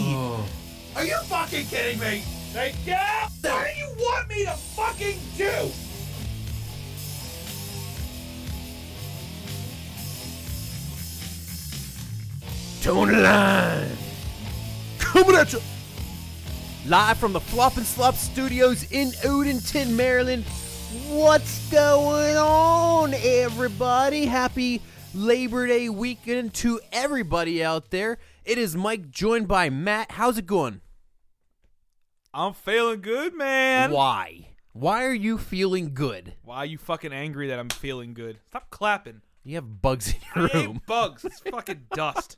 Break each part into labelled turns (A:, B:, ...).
A: Uh, Are you fucking kidding me?
B: Thank you!
A: What do you want me to fucking do? Tune line.
C: Coming at you! Live from the Flop and Slop Studios in Odenton, Maryland. What's going on, everybody? Happy Labor Day weekend to everybody out there. It is Mike joined by Matt. How's it going?
B: I'm feeling good, man.
C: Why? Why are you feeling good?
B: Why are you fucking angry that I'm feeling good? Stop clapping.
C: You have bugs in
B: I
C: your
B: hate
C: room.
B: bugs. It's fucking dust.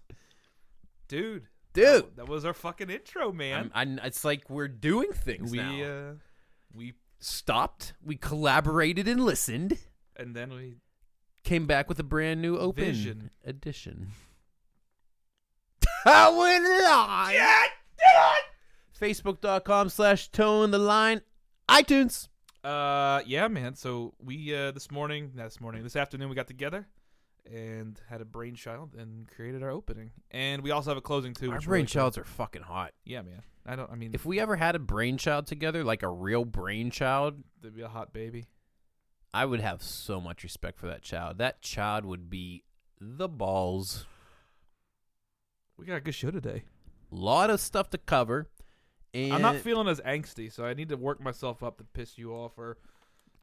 B: Dude,
C: Dude,
B: that was our fucking intro, man.
C: I'm, I'm, it's like we're doing things
B: we
C: now.
B: uh we
C: Stopped. We collaborated and listened.
B: and then we
C: Came back with a brand new open
B: Vision.
C: edition. I went live. Facebook.com slash tone the line. iTunes.
B: uh yeah, man. So we uh this morning, not this morning, this afternoon we got together and had a brainchild and created our opening. And we also have a closing too.
C: Our
B: which we're really
C: brainchilds are fucking hot.
B: cool. Yeah, man. I don't I mean
C: If we ever had a brainchild together, like a real brainchild,
B: there'd be a hot baby.
C: I would have so much respect for that child. That child would be the balls.
B: We got a good show today.
C: Lot of stuff to cover. And
B: I'm not feeling as angsty, so I need to work myself up to piss you off or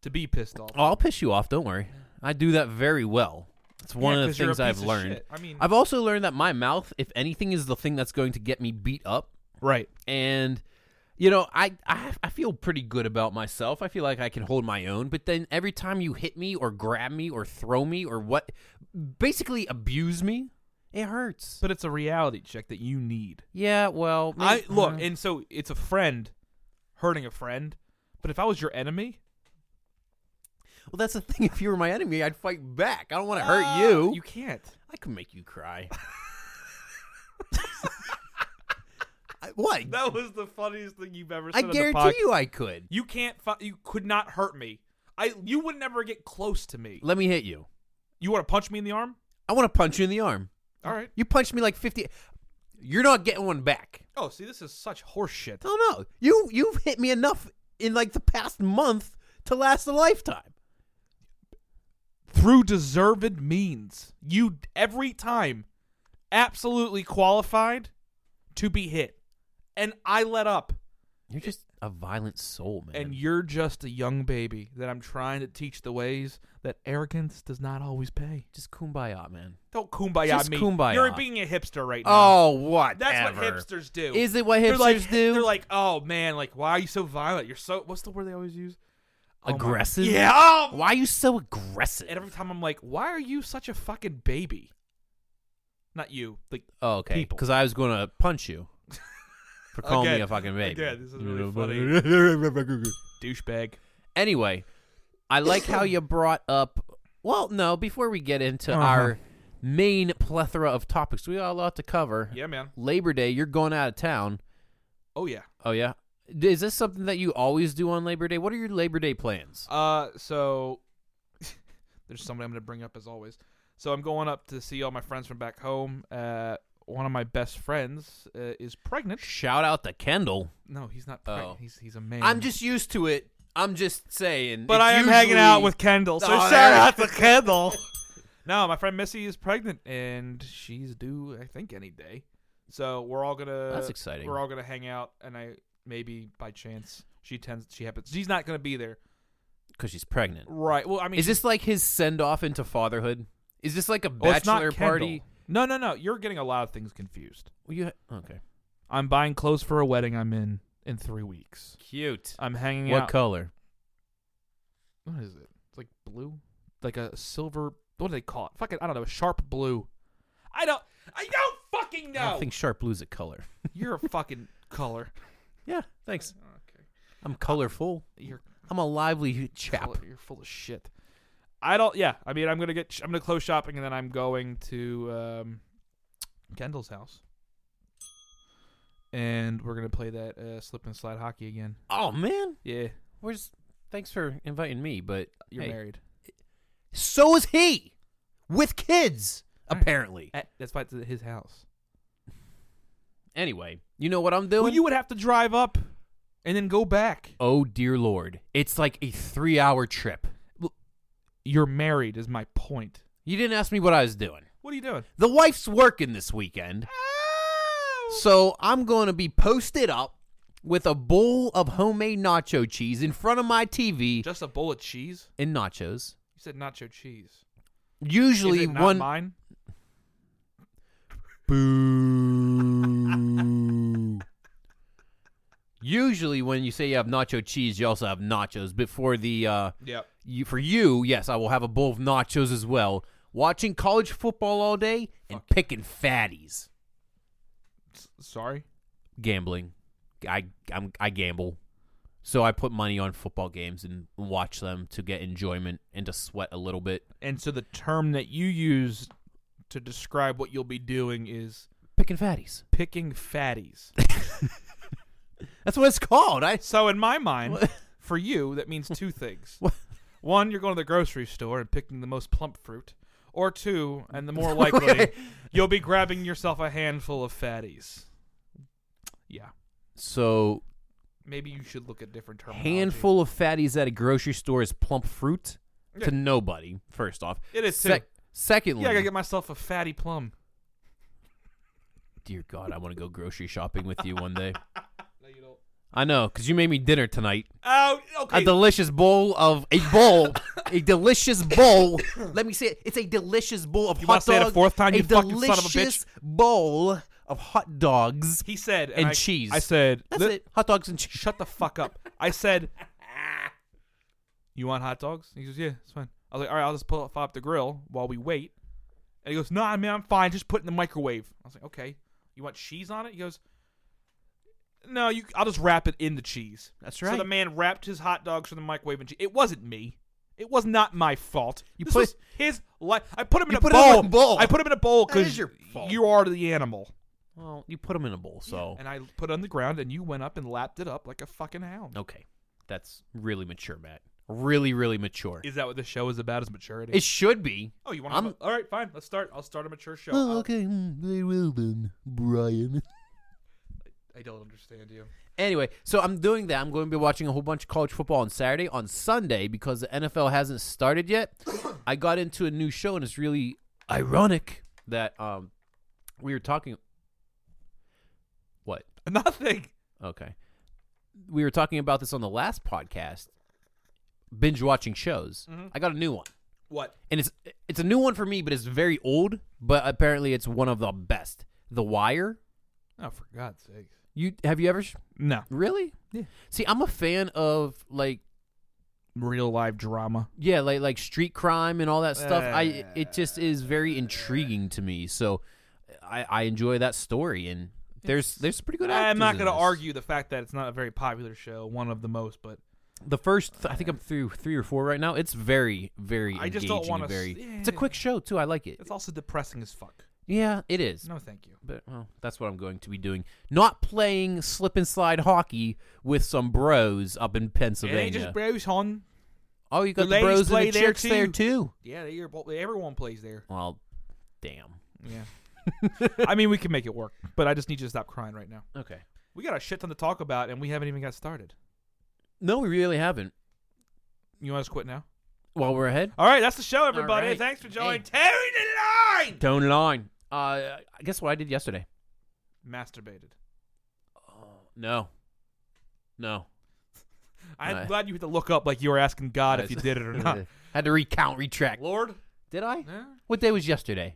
B: to be pissed off.
C: Oh, I'll piss you off. Don't worry. I do that very well. It's one
B: Yeah,
C: of the
B: 'cause you're a
C: things I've
B: piece of
C: learned.
B: shit. I mean,
C: I've also learned that my mouth, if anything, is the thing that's going to get me beat up.
B: right.
C: And you know, I, I I feel pretty good about myself. I feel like I can hold my own. But then every time you hit me or grab me or throw me or what, basically abuse me, it hurts.
B: But it's a reality check that you need.
C: yeah, well,
B: I
C: may-
B: look,
C: uh,
B: and so it's a friend hurting a friend. But if I was your enemy,
C: well, that's the thing. If you were my enemy, I'd fight back. I don't want to
B: Ah,
C: hurt you.
B: You can't.
C: I can make you cry. I, what?
B: That was the funniest thing you've ever
C: I
B: said. on the
C: guarantee
B: pod-
C: you, I could.
B: You can't. Fu- you could not hurt me. I. You would never get close to me.
C: Let me hit you.
B: You want to punch me in the arm?
C: I want to punch you in the arm.
B: All right.
C: You punched me like fifty. You're not getting one back.
B: Oh, see, this is such horseshit.
C: Oh no, you you've hit me enough in like the past month to last a lifetime.
B: through deserved means. You every time absolutely qualified to be hit. And I let up.
C: You're just a violent soul, man.
B: And you're just a young baby that I'm trying to teach the ways that arrogance does not always pay.
C: just kumbaya, man.
B: Don't kumbaya
C: Just
B: me.
C: kumbaya.
B: You're being a hipster right now.
C: Oh, what?
B: That's what hipsters do.
C: Is it what
B: they're
C: hipsters
B: like,
C: do?
B: They're like, oh man, like why are you so violent? You're so what's the word they always use? Oh, my-
C: aggressive.
B: Yeah. Oh,
C: Why are you so aggressive?
B: And every time I'm like, why are you such a fucking baby? Not you, like
C: oh, okay.
B: people.
C: Because I was going to punch you for calling me
B: Again.
C: a fucking baby.
B: Again, this is really
C: funny.
B: douchebag.
C: Anyway, I like how you brought up. Well, no, before we get into
B: Uh-huh.
C: our main plethora of topics, we got a lot to cover.
B: Yeah, man.
C: Labor Day, you're going out of town.
B: Oh yeah.
C: Oh yeah, is this something that you always do on Labor Day? What are your Labor Day plans?
B: Uh, so there's somebody I'm gonna bring up as always. So I'm going up to see all my friends from back home. Uh, one of my best friends uh, is pregnant.
C: Shout out to Kendall.
B: No, he's not pregnant.
C: Oh.
B: He's he's a man.
C: I'm just used to it. I'm just saying.
B: But
C: it's
B: I am hanging
C: usually-
B: out with Kendall. So
C: Oh,
B: shout
C: there-
B: out to Kendall. no, my friend Missy is pregnant and she's due I think any day. So we're all gonna
C: That's exciting.
B: We're all gonna hang out and I maybe by chance she tends she happens she's not gonna be there.
C: because she's pregnant.
B: Right. Well I mean
C: Is this like his send off into fatherhood? Is this like a
B: Oh, it's not
C: bachelor party?
B: Kendall. No, no, no. You're getting a lot of things confused.
C: Well, you ha- okay?
B: I'm buying clothes for a wedding I'm in in three weeks.
C: Cute.
B: I'm hanging
C: What
B: out.
C: color?
B: what is it? It's like blue, like a silver. What do they call it? Fucking I don't know. Sharp blue. I don't. I don't fucking know.
C: I don't think sharp blue's a color.
B: You're a fucking color.
C: Yeah, thanks.
B: Okay. Uh,
C: I'm colorful.
B: You're
C: I'm a lively chap.
B: color. You're full of shit. I don't. Yeah. I mean, I'm gonna get. I'm gonna close shopping and then I'm going to um, Kendall's house. And we're gonna play that uh, slip and slide hockey again.
C: Oh man,
B: Yeah,
C: where's? Thanks for inviting me, but
B: you're
C: hey,
B: married.
C: So is he, with kids apparently.
B: At, that's why it's at his house.
C: Anyway, you know what I'm doing?
B: Well, you would have to drive up and then go back.
C: oh dear lord, it's like a three-hour trip.
B: You're married, is my point.
C: You didn't ask me what I was doing.
B: What are you doing?
C: The wife's working this weekend,
B: Oh.
C: so I'm going to be posted up with a bowl of homemade nacho cheese in front of my TV
B: Just a bowl of cheese?
C: and nachos.
B: You said nacho cheese.
C: Usually
B: is it not
C: one
B: mine?
C: Boo. Usually, when you say you have nacho cheese, you also have nachos. But for the uh,
B: Yep.
C: you, for you, yes, I will have a bowl of nachos as well. Watching college football all day and picking fatties,
B: S- sorry.
C: gambling. I I'm, I gamble, so I put money on football games and watch them to get enjoyment and to sweat a little bit.
B: And so the term that you use to describe what you'll be doing is
C: Picking fatties.
B: picking fatties.
C: That's what it's called. I
B: so in my mind, for you, that means two things.
C: What?
B: One, you're going to the grocery store and picking the most plump fruit. Or two, and the more likely,
C: Okay.
B: you'll be grabbing yourself a handful of fatties. Yeah.
C: so
B: Maybe you should look at different terminology.
C: handful of fatties at a grocery store is plump fruit
B: Yeah.
C: to nobody. First off,
B: It is too.
C: secondly,
B: Yeah, I gotta get myself a fatty plum.
C: dear God, I want to go grocery shopping with you one day.
B: No, you don't.
C: I know, cause you made me dinner tonight.
B: Oh, okay.
C: A delicious bowl of a bowl, a delicious bowl. Let me say it. It's a delicious bowl of
B: You wanna
C: hot
B: say it a
C: dogs.
B: fourth time,
C: a
B: you fucking son of a bitch?
C: delicious bowl of hot dogs.
B: he said,
C: and
B: I-
C: cheese.
B: I said,
C: That's
B: "Li-
C: it. Hot dogs and cheese.
B: Shut the fuck up. I said, you want hot dogs? He goes, yeah, it's fine. I was like, all right, I'll just pull up, up the grill while we wait. And he goes, no, nah, man, I'm fine. Just put it in the microwave. I was like, okay. You want cheese on it? He goes, no, you. I'll just wrap it in the cheese.
C: That's
B: So the
C: right.
B: man wrapped his hot dogs from the microwave and cheese. It wasn't me. It was not my fault.
C: You
B: this
C: put-
B: was his life. I put him in
C: You
B: a
C: put it in
B: bowl.
C: a bowl.
B: I put him in a bowl
C: That is
B: because
C: your fault.
B: you are the animal.
C: Well, you put them in a bowl, so
B: And I put it on the ground, and you went up and lapped it up like a fucking hound.
C: okay, that's really mature, Matt. Really, really mature.
B: Is that what the show is about? Is maturity?
C: It should be.
B: oh, you
C: I'm-
B: want to? All right, fine. Let's start. I'll start a mature show. I'll-
C: Oh, okay, mm, very well then, Brian.
B: I don't understand you.
C: Anyway, so I'm doing that. I'm going to be watching a whole bunch of college football on Saturday. On Sunday, because the NFL hasn't started yet, I got into a new show, and it's really ironic that um we were talking. What?
B: Nothing.
C: Okay, we were talking about this on the last podcast. Binge watching shows. I got a new one.
B: What?
C: and it's it's a new one for me, but it's very old. But apparently, it's one of the best. The Wire.
B: Oh, for God's sake.
C: You have you ever sh-
B: No.
C: really?
B: Yeah.
C: See, I'm a fan of like
B: Real life drama.
C: yeah, like like street crime and all that stuff. I it just is very intriguing to me. So I I enjoy that story and. There's there's pretty good.
B: I'm
C: actors
B: not
C: in
B: going to
C: this.
B: argue the fact that it's not a very popular show, one of the most, but
C: The first, I think I'm through three or four right now. It's very very.
B: I just
C: engaging
B: don't
C: and
B: wanna s-
C: Very. It's a quick show too. I like it.
B: it's also depressing as fuck.
C: Yeah, it is.
B: No, thank you.
C: But well, that's what I'm going to be doing. Not playing slip and slide hockey with some bros up in
B: It
C: Pennsylvania.
B: ain't just bros, hon.
C: oh, you got
B: the
C: the,
B: ladies
C: bros
B: play
C: and the
B: there
C: chicks there
B: too.
C: too.
B: Yeah, they, are both- everyone plays there.
C: Well, damn.
B: Yeah. I mean, we can make it work, but I just need you to stop crying right now.
C: Okay.
B: We got a shit ton to talk about, and we haven't even got started.
C: No, we really haven't.
B: You want us to quit now?
C: While we're ahead,
B: All right, that's the show, everybody.
C: right.
B: Thanks for joining.
C: Hey.
B: Terry the line.
C: tone line. Uh, I guess what I did yesterday.
B: Masturbated.
C: No. No.
B: I'm
C: Nice.
B: glad you had to look up like you were asking God if you
C: Nice.
B: did it or not.
C: Had to recount, retract.
B: Lord,
C: Did I?
B: yeah.
C: What day was yesterday?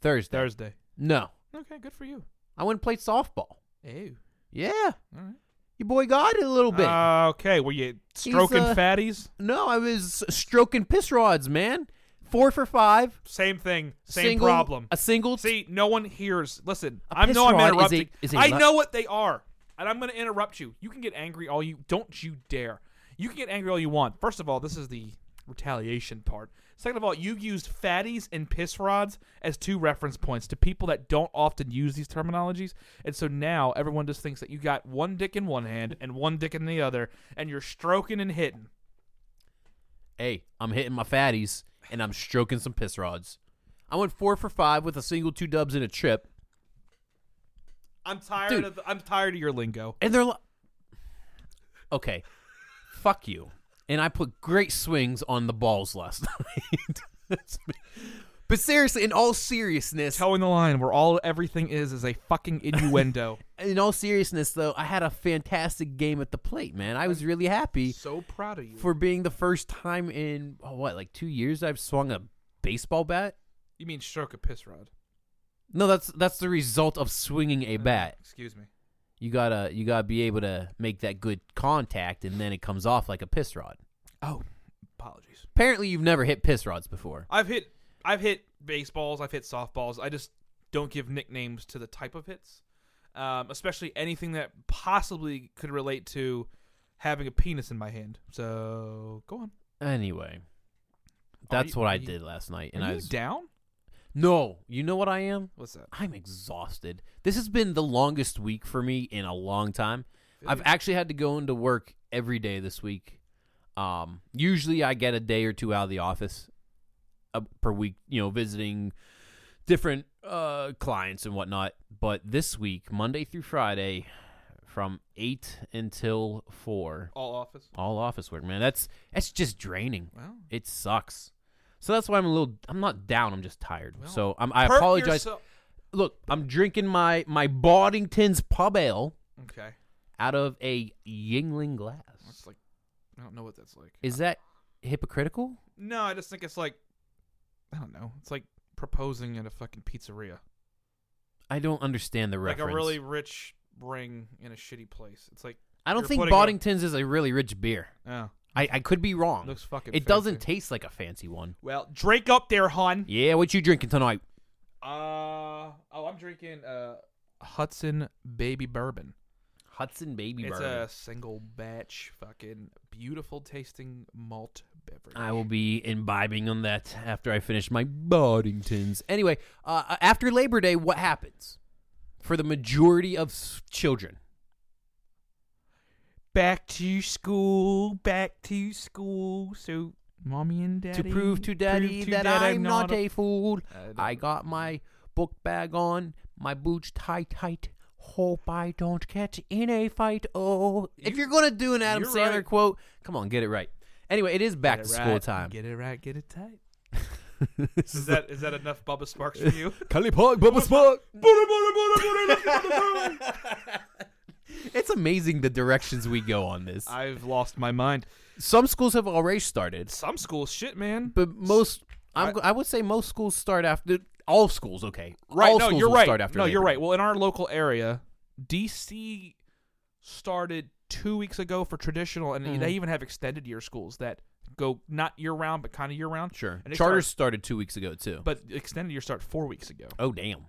C: Thursday.
B: Thursday.
C: No.
B: Okay, good for you.
C: I went and played softball.
B: Ew.
C: Yeah.
B: All right. Uh,
C: Your boy got it a little bit.
B: okay, were you stroking
C: uh,
B: fatties?
C: No, I was stroking piss rods, man. Four for five.
B: Same thing. Same
C: single,
B: problem.
C: A single. t-
B: See, no one hears. Listen,
C: A
B: I
C: piss
B: know I'm
C: rod is a-
B: interrupting.
C: is a
B: I
C: lu-
B: know what they are, and I'm going to interrupt you. You can get angry all you don't you dare. You can get angry all you want. First of all, this is the retaliation part. Second of all, you used fatties and piss rods as two reference points to people that don't often use these terminologies, and so now everyone just thinks that you got one dick in one hand and one dick in the other, and you're stroking and hitting.
C: hey, I'm hitting my fatties and I'm stroking some piss rods. I went four for five with a single, two dubs, and a trip.
B: I'm tired
C: Dude.
B: of the, I'm tired of your lingo.
C: and they're like, okay, fuck you. And I put great swings on the balls last night. That's me. but seriously, in all seriousness,
B: Towing the line where all everything is is a fucking innuendo.
C: in all seriousness though, I had a fantastic game at the plate, man. I was really happy
B: so proud of you.
C: for being the first time in oh, what, like two years I've swung a baseball bat.
B: you mean stroke a piss rod?
C: No, that's that's the result of swinging a bat.
B: Excuse me.
C: You gotta you gotta be able to make that good contact, and then it comes off like a piss rod.
B: Oh, apologies.
C: Apparently, you've never hit piss rods before.
B: I've hit I've hit baseballs, I've hit softballs. I just don't give nicknames to the type of hits, um, especially anything that possibly could relate to having a penis in my hand. So go on.
C: Anyway, that's
B: you-
C: what
B: are
C: I
B: you-
C: did last night, and
B: Are
C: I
B: you
C: was
B: down?
C: no. You know what I am?
B: What's that?
C: I'm exhausted. This has been the longest week for me in a long time. I've
B: Really?
C: actually had to go into work every day this week. Um, usually, I get a day or two out of the office uh, per week, you know, visiting different uh, clients and whatnot. But this week, Monday through Friday, from eight until four,
B: All office.
C: all office work. Man, that's that's just draining.
B: Well,
C: It sucks. So that's why I'm a little. I'm not down. I'm just tired.
B: Well,
C: so I'm, I
B: Hurt
C: apologize.
B: yourself-
C: Look, I'm drinking my my Boddington's Pub Ale
B: Okay,
C: out of a Yingling glass.
B: that's like I don't know what that's like.
C: Is that hypocritical?
B: No, I just think it's like I don't know. It's like proposing at a fucking pizzeria,
C: I don't understand the reference.
B: like a really rich ring in a shitty place. It's like
C: I don't
B: you're
C: think
B: putting a-
C: Boddington's is a really rich beer.
B: oh,
C: I, I could be wrong.
B: looks fucking.
C: it doesn't
B: fancy.
C: taste like a fancy one.
B: well, Drake up there, hon.
C: Yeah, what you drinking tonight?
B: Uh oh, I'm drinking uh Hudson Baby Bourbon.
C: Hudson Baby
B: it's
C: Bourbon.
B: a single batch, fucking beautiful tasting malt beverage.
C: I will be imbibing on that after I finish my Boddingtons. Anyway, uh, after Labor Day, what happens for the majority of s- children?
B: back to school, back to school. So, mommy and daddy
C: to prove to daddy that, I'm not, a fool, I got my book bag on, my boots tie tight. Hope I don't get in a fight. Oh, if
B: You-
C: you're gonna do an Adam
B: you're
C: Sandler
B: right.
C: quote, come on, get it right. Anyway, it is back to school time.
B: Get it right, get it tight.
C: this
B: Is that is that enough Bubba Sparks for you?
C: Kali Park, Bubba Spark.
B: I've
C: It's amazing the directions we go on this.
B: lost my mind.
C: Some schools have already started,
B: Some school shit, man.
C: but most I'm,
B: I-
C: I, would say most schools start after all schools. Okay,
B: Right.
C: All
B: no,
C: schools
B: you're
C: will
B: right.
C: Start after
B: no, you're
C: Labor Day.
B: right. Well, in our local area, DC started two weeks ago for traditional, and
C: Mm-hmm.
B: they even have extended year schools that go not year round, but kind of year round.
C: Sure,
B: And they
C: charters
B: start-
C: started two weeks ago too.
B: but extended year start four weeks ago.
C: oh damn,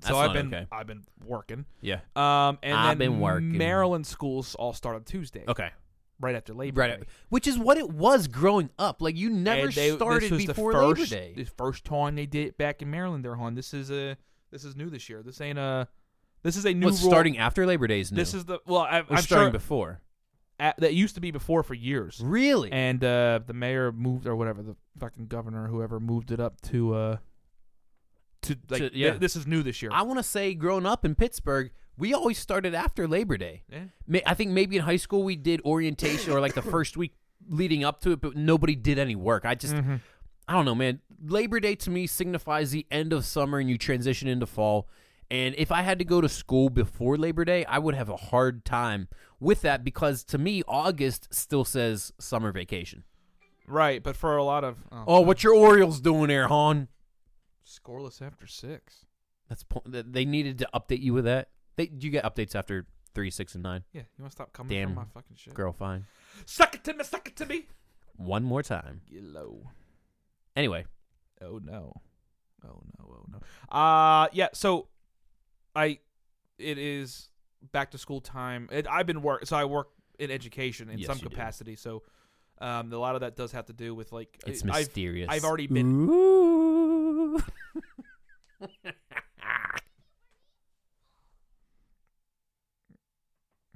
C: that's
B: so I've
C: not
B: been
C: okay.
B: I've been working.
C: Yeah.
B: Um, and
C: I've
B: then
C: been working.
B: Maryland schools all start on Tuesday,
C: Okay.
B: right after Labor
C: Right.
B: Day.
C: Which is what it was growing up. Like you never
B: And they-
C: started
B: this was
C: before
B: the first,
C: Labor Day.
B: The first time they did it back in Maryland, there, hon. This is a this is new this year. This ain't a this is a new
C: Well,
B: rule.
C: starting after Labor Day is new.
B: This is the well. I,
C: Or
B: I'm
C: starting
B: sure
C: before.
B: a that used to be before for years.
C: Really?
B: And uh, the mayor moved, or whatever, the fucking governor, whoever moved it up to uh, to like
C: To-
B: th-
C: yeah.
B: this is new this year.
C: I want to say, growing up in Pittsburgh, we always started after Labor Day.
B: Yeah.
C: Ma- I think maybe in high school we did orientation or like the first week leading up to it, but nobody did any work. I just,
B: Mm-hmm.
C: I don't know, man. Labor Day to me signifies the end of summer and you transition into fall. And if I had to go to school before Labor Day, I would have a hard time with that because to me, August still says summer vacation.
B: Right, but for a lot of oh,
C: Oh, what your Orioles doing there, hon?
B: scoreless after six.
C: That's po- th- they needed to update you with that. They you get updates after three, six, and nine.
B: Yeah, you want to stop coming
C: Damn
B: from my fucking shit?
C: Girl, fine.
B: Suck it to me, suck it to me.
C: One more time.
B: Yellow.
C: Anyway,
B: Oh no. Oh no. Oh no. Uh yeah. So, I, it is back to school time. It, I've been work. So I work in education in
C: Yes,
B: some
C: you do.
B: capacity. So, um, a lot of that does have to do with like
C: it's
B: I- I've-
C: mysterious.
B: I've already been-
C: Ooh.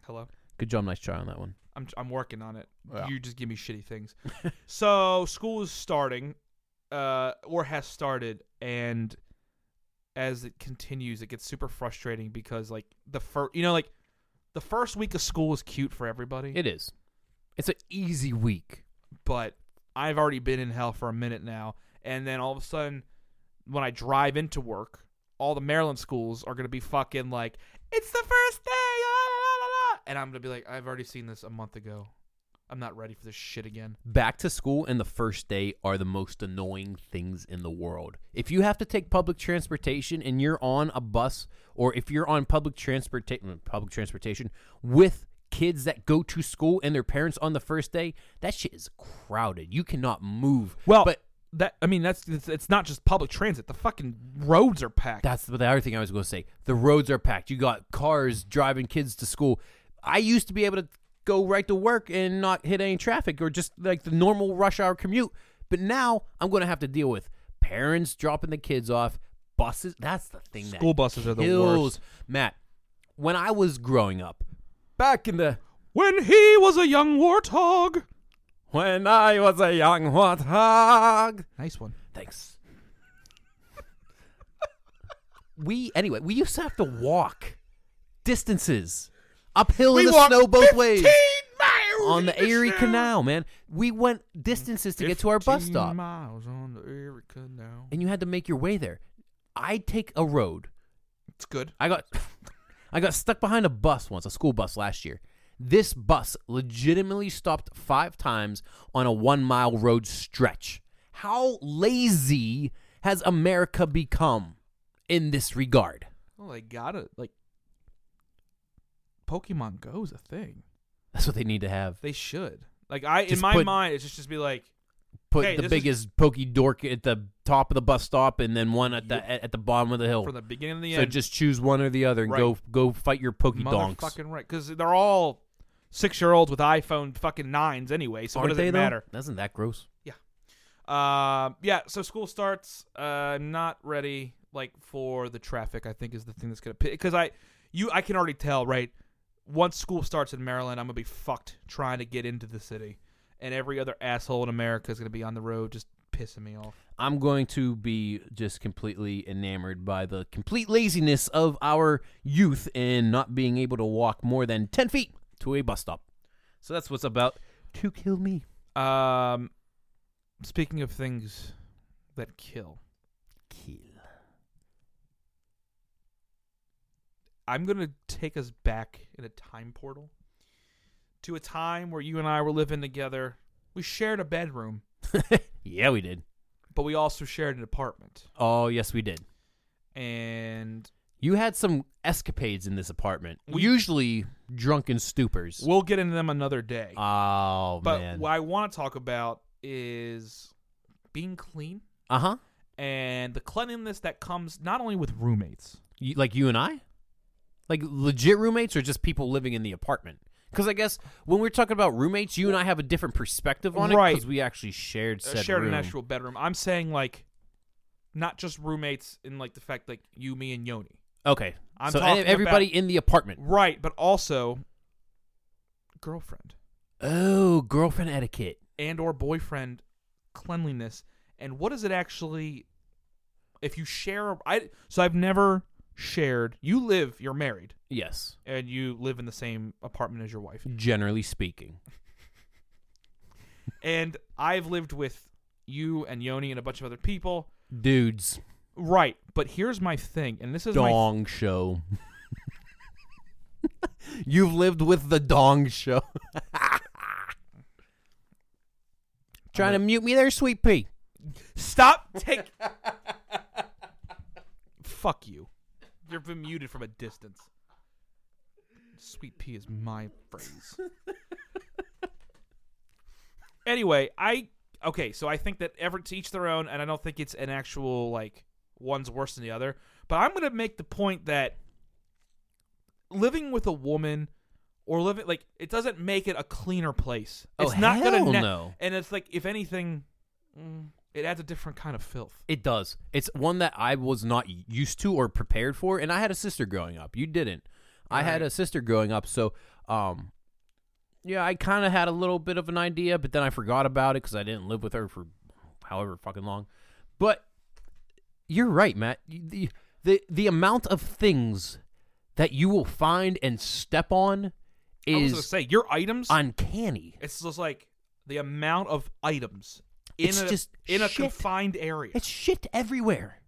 B: Hello.
C: Good job, nice try on that one.
B: I'm I'm working on it.
C: Yeah.
B: You just give me shitty things. so school is starting, uh, or has started, and as it continues, it gets super frustrating because like the first, you know, like the first week of school is cute for everybody,
C: It is. It's an easy week.
B: but I've already been in hell for a minute now, and then all of a sudden, when I drive into work, all the Maryland schools are gonna be fucking like, it's the first day, ah, la, la, la, la, la," and I'm gonna be like, I've already seen this a month ago. I'm not ready for this shit again.
C: Back to school and the first day are the most annoying things in the world. If you have to take public transportation and you're on a bus, or if you're on public transportation, public transportation with kids that go to school and their parents on the first day, that shit is crowded. You cannot move.
B: Well,
C: but
B: but that I mean that's it's, it's not just public transit. The fucking roads are packed.
C: That's the, the other thing I was going to say. The roads are packed. You got cars driving kids to school. I used to be able to go right to work and not hit any traffic or just like the normal rush hour commute. But now I'm going to have to deal with parents dropping the kids off, buses. That's the thing.
B: School
C: that
B: buses are the
C: kills.
B: worst.
C: Matt, when I was growing up, back in the
B: When he was a young warthog.
C: when I was a young warthog,
B: Nice one.
C: Thanks. we anyway, we used to have to walk distances uphill in the snow both ways on the Erie Canal, man. We went distances to get to our bus stop,
B: Miles on the Erie Canal.
C: and you had to make your way there. I take a road.
B: It's good.
C: I got I got stuck behind a bus once, a school bus last year. This bus legitimately stopped five times on a one mile road stretch. How lazy has America become in this regard?
B: Well, they got it. Like Pokemon Go's a thing.
C: That's what they need to have.
B: They should. Like I, in
C: Just
B: my
C: put-
B: mind, it's just just be like,
C: Put
B: Hey,
C: the
B: this is-
C: biggest pokey dork at the top of the bus stop, and then one at the
B: Yep.
C: at at the bottom of the hill.
B: from the beginning to the
C: Oh. so
B: end,
C: just choose one or the other and go go fight your pokey donks.
B: motherfucking right, because they're all six-year-olds with iPhone fucking nines anyway. So what
C: Aren't
B: does
C: they
B: it
C: though?
B: matter?
C: Isn't that gross?
B: Um, yeah, so school starts. Uh, I'm not ready like for the traffic. I think is the thing that's gonna because I, you, I can already tell right. Once school starts in Maryland, I'm gonna be fucked trying to get into the city, and every other asshole in America is gonna be on the road just pissing me off.
C: I'm going to be just completely enamored by the complete laziness of our youth in not being able to walk more than 10 feet to a bus stop. So that's what's about to kill me.
B: Um, speaking of things that kill,
C: Kill.
B: I'm gonna take us back in a time portal to a time where you and I were living together. We shared a bedroom,
C: yeah, we did.
B: but we also shared an apartment.
C: Oh, yes, we did.
B: and
C: You had some escapades in this apartment,
B: We-
C: usually drunken stupors.
B: we'll get into them another day.
C: oh,
B: but
C: man.
B: what I want to talk about is being clean
C: uh huh.
B: and the cleanliness that comes not only with roommates.
C: You, like you and I? Like legit roommates or just people living in the apartment? Because I guess when we're talking about roommates, you and I have a different perspective on it
B: Right.
C: because we actually shared
B: uh,
C: said
B: shared
C: room.
B: an actual bedroom. I'm saying like not just roommates in like the fact like you, me, and Yoni.
C: Okay,
B: I'm
C: so e-
B: talking
C: everybody in the apartment.
B: Right, but also girlfriend
C: Oh, girlfriend etiquette.
B: and or boyfriend cleanliness and what is it actually if you share I so I've never shared you live you're married
C: Yes,
B: and you live in the same apartment as your wife.
C: generally speaking.
B: And I've lived with you and Yoni and a bunch of other people.
C: Dudes,
B: Right, but here's my thing, and this is my
C: dong show. You've lived with the dong show. Trying to mute me there, sweet pea.
B: stop. Take fuck you. You've been muted from a distance. Sweet pea is my phrase. anyway, I okay, so I think that every to each their own, and I don't think it's an actual like one's worse than the other. But I'm gonna make the point that living with a woman or living like it doesn't make it a cleaner place.
C: Oh,
B: It's not
C: hell
B: gonna ne-
C: no.
B: And it's like if anything, mm, it adds a different kind of filth.
C: It does. It's one that I was not used to or prepared for, and I had a sister growing up. You didn't. I had
B: Right.
C: a sister growing up, so um, yeah, I kind of had a little bit of an idea, but then I forgot about it because I didn't live with her for however fucking long. But you're right, Matt. You- the- the the amount of things that you will find and step on
B: I was gonna
C: is
B: say your items.
C: uncanny.
B: it's just like the amount of items in
C: It's
B: a
C: just
B: in a
C: shit.
B: confined area.
C: It's shit everywhere.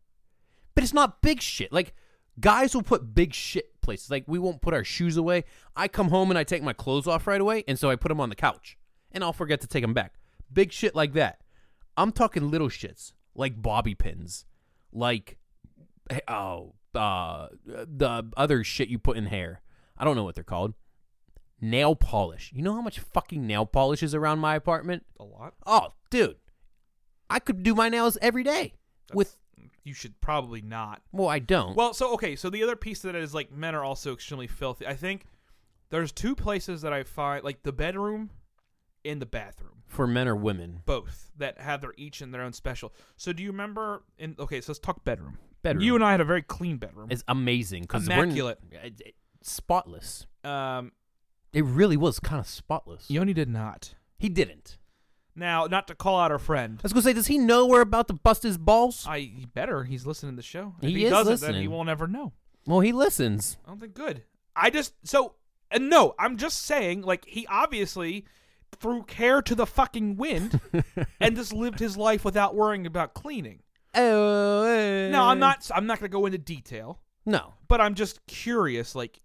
C: But it's not big shit. Like guys will put big shit places. Like we won't put our shoes away. I come home and I take my clothes off right away, and so I put them on the couch, and I'll forget to take them back. Big shit like that. I'm talking little shits like bobby pins, like eh, oh uh, the other shit you put in hair. I don't know what they're called. Nail polish. You know how much fucking nail polish is around my apartment?
B: a lot.
C: Oh, dude, I could do my nails every day with. Oh.
B: You should probably not.
C: Well, I don't.
B: Well, so okay, so the other piece to that is like men are also extremely filthy. I think there's two places that I find like the bedroom and the bathroom,
C: for men or women,
B: both that have their each in their own special. So do you remember in okay, so let's talk bedroom.
C: Bedroom.
B: You and I had a very clean bedroom.
C: it's amazing because
B: Immaculate.
C: We're, it- it- spotless.
B: Um
C: It really was kind of spotless.
B: Yoni did not.
C: He didn't.
B: Now, not to call out our friend.
C: I was gonna say, does he know we're about to bust his balls?
B: I he better he's listening to the show. If
C: He
B: he,
C: is
B: doesn't, then he
C: listening.
B: won't ever know.
C: well, he listens.
B: I don't think good. I just so and no, I'm just saying like he obviously threw care to the fucking wind and just lived his life without worrying about cleaning.
C: Oh eh.
B: No, I'm not I'm not going to go into detail,
C: No,
B: but I'm just curious like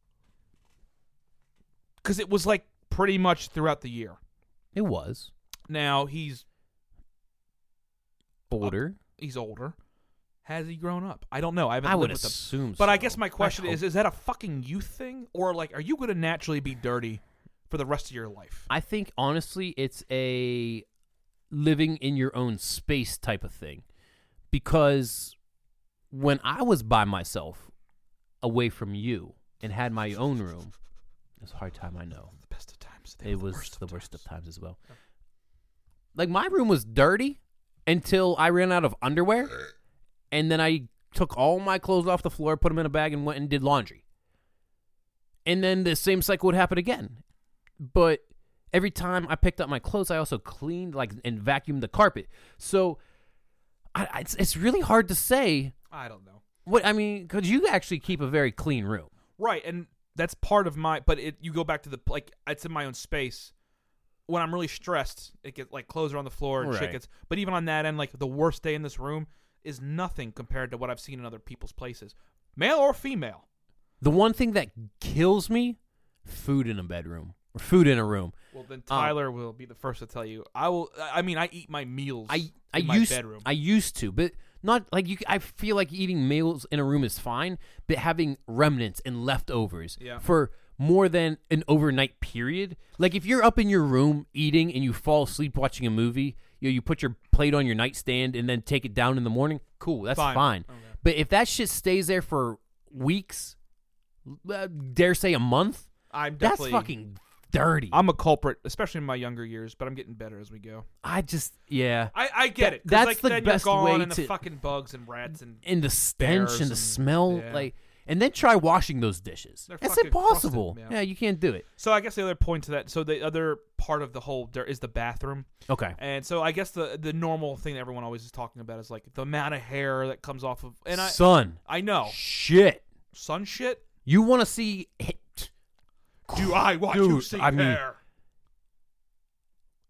B: cuz it was like pretty much throughout the year.
C: it was
B: Now he's
C: older.
B: he's older. Has he grown up? I don't know. I haven't
C: I
B: lived
C: would
B: with him.
C: assume.
B: But I
C: so.
B: guess my question
C: hope-
B: is is that a fucking youth thing or like are you going to naturally be dirty for the rest of your life?
C: I think honestly, it's a living in your own space type of thing. Because when I was by myself, away from you, and had my own room, it was a hard time. I know
B: the best of times. They
C: it
B: were
C: was
B: the worst of
C: the
B: times.
C: worst of times as well. Like my room was dirty until I ran out of underwear, and then I took all my clothes off the floor, put them in a bag, and went and did laundry. And then the same cycle would happen again. But every time I picked up my clothes, I also cleaned like and vacuumed the carpet. So I, I- it's it's really hard to say
B: I don't know.
C: what I mean because you actually keep a very clean room.
B: Right, and that's part of my. But it you go back to the like it's in my own space. When I'm really stressed, it gets like clothes are on the floor and
C: Right.
B: shit gets. But even on that end, like the worst day in this room is nothing compared to what I've seen in other people's places, male or female.
C: The one thing that kills me, food in a bedroom or food in a room.
B: Well, then Tyler will be the first to tell you. I will. I mean, I eat my meals.
C: I I
B: in my
C: used
B: bedroom.
C: I used to, but not like you. c- I feel like eating meals in a room is fine, but having remnants and leftovers
B: Yeah.
C: for more than an overnight period. Like if you're up in your room eating and you fall asleep watching a movie, you you put your plate on your nightstand and then take it down in the morning. Cool, that's fine.
B: Fine. Okay.
C: But if that shit stays there for weeks, uh, dare say a month,
B: I'm
C: that's
B: definitely
C: fucking dirty.
B: I'm a culprit, especially in my younger years, but I'm getting better as we go.
C: I just yeah.
B: I, I get
C: That-
B: it. 'cause,
C: that's
B: like,
C: the
B: then
C: best
B: you're gone
C: way
B: and
C: to-
B: the fucking bugs and rats and
C: and the stench
B: Bears
C: and the
B: and-
C: smell
B: yeah.
C: like and then try washing those dishes
B: They're
C: that's
B: fucking crusted,
C: impossible
B: yeah.
C: yeah. you can't do it
B: So I guess the other point to that, so the other part of the whole there is the bathroom,
C: okay
B: and so I guess the the normal thing that everyone always is talking about is like the amount of hair that comes off of, and I Oh.
C: son
B: I know
C: shit
B: sun shit.
C: you want to see it
B: Do I want to
C: Dude,
B: see
C: I mean-
B: hair?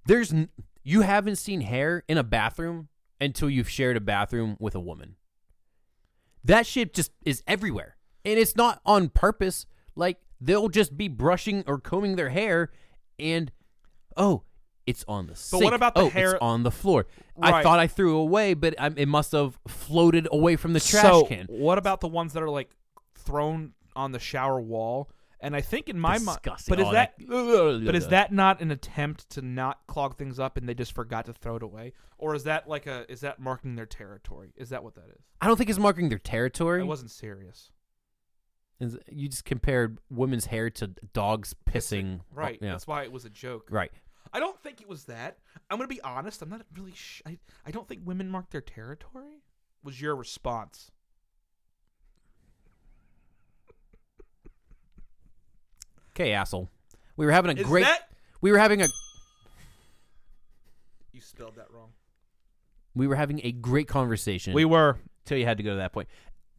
C: there's n- you haven't seen hair in a bathroom until you've shared a bathroom with a woman that shit just is everywhere and it's not on purpose like they'll just be brushing or combing their hair and oh it's on the
B: But what
C: sink.
B: about the
C: oh,
B: hair-
C: it's on the floor i
B: Right.
C: thought i threw away but I, it must have floated away from the trash
B: so
C: can
B: what about the ones that are like thrown on the shower wall? And I think in my mind,
C: Disgusting.
B: but is
C: Oh,
B: that
C: that-
B: But is that not an attempt to not clog things up and they just forgot to throw it away? Or is that like a is that marking their territory? Is that what that is?
C: i don't think it's marking their territory
B: I wasn't serious.
C: Is- you just compared women's hair to dogs pissing
B: Right.
C: yeah.
B: That's why it was a joke.
C: right
B: I don't think it was that. I'm going to be honest, I'm not really sh- I, I don't think women mark their territory was your response.
C: Okay, asshole. We were having a
B: Is
C: great.
B: that
C: we were having a.
B: You spelled that wrong.
C: We were having a great conversation.
B: We were
C: till you had to go to that point.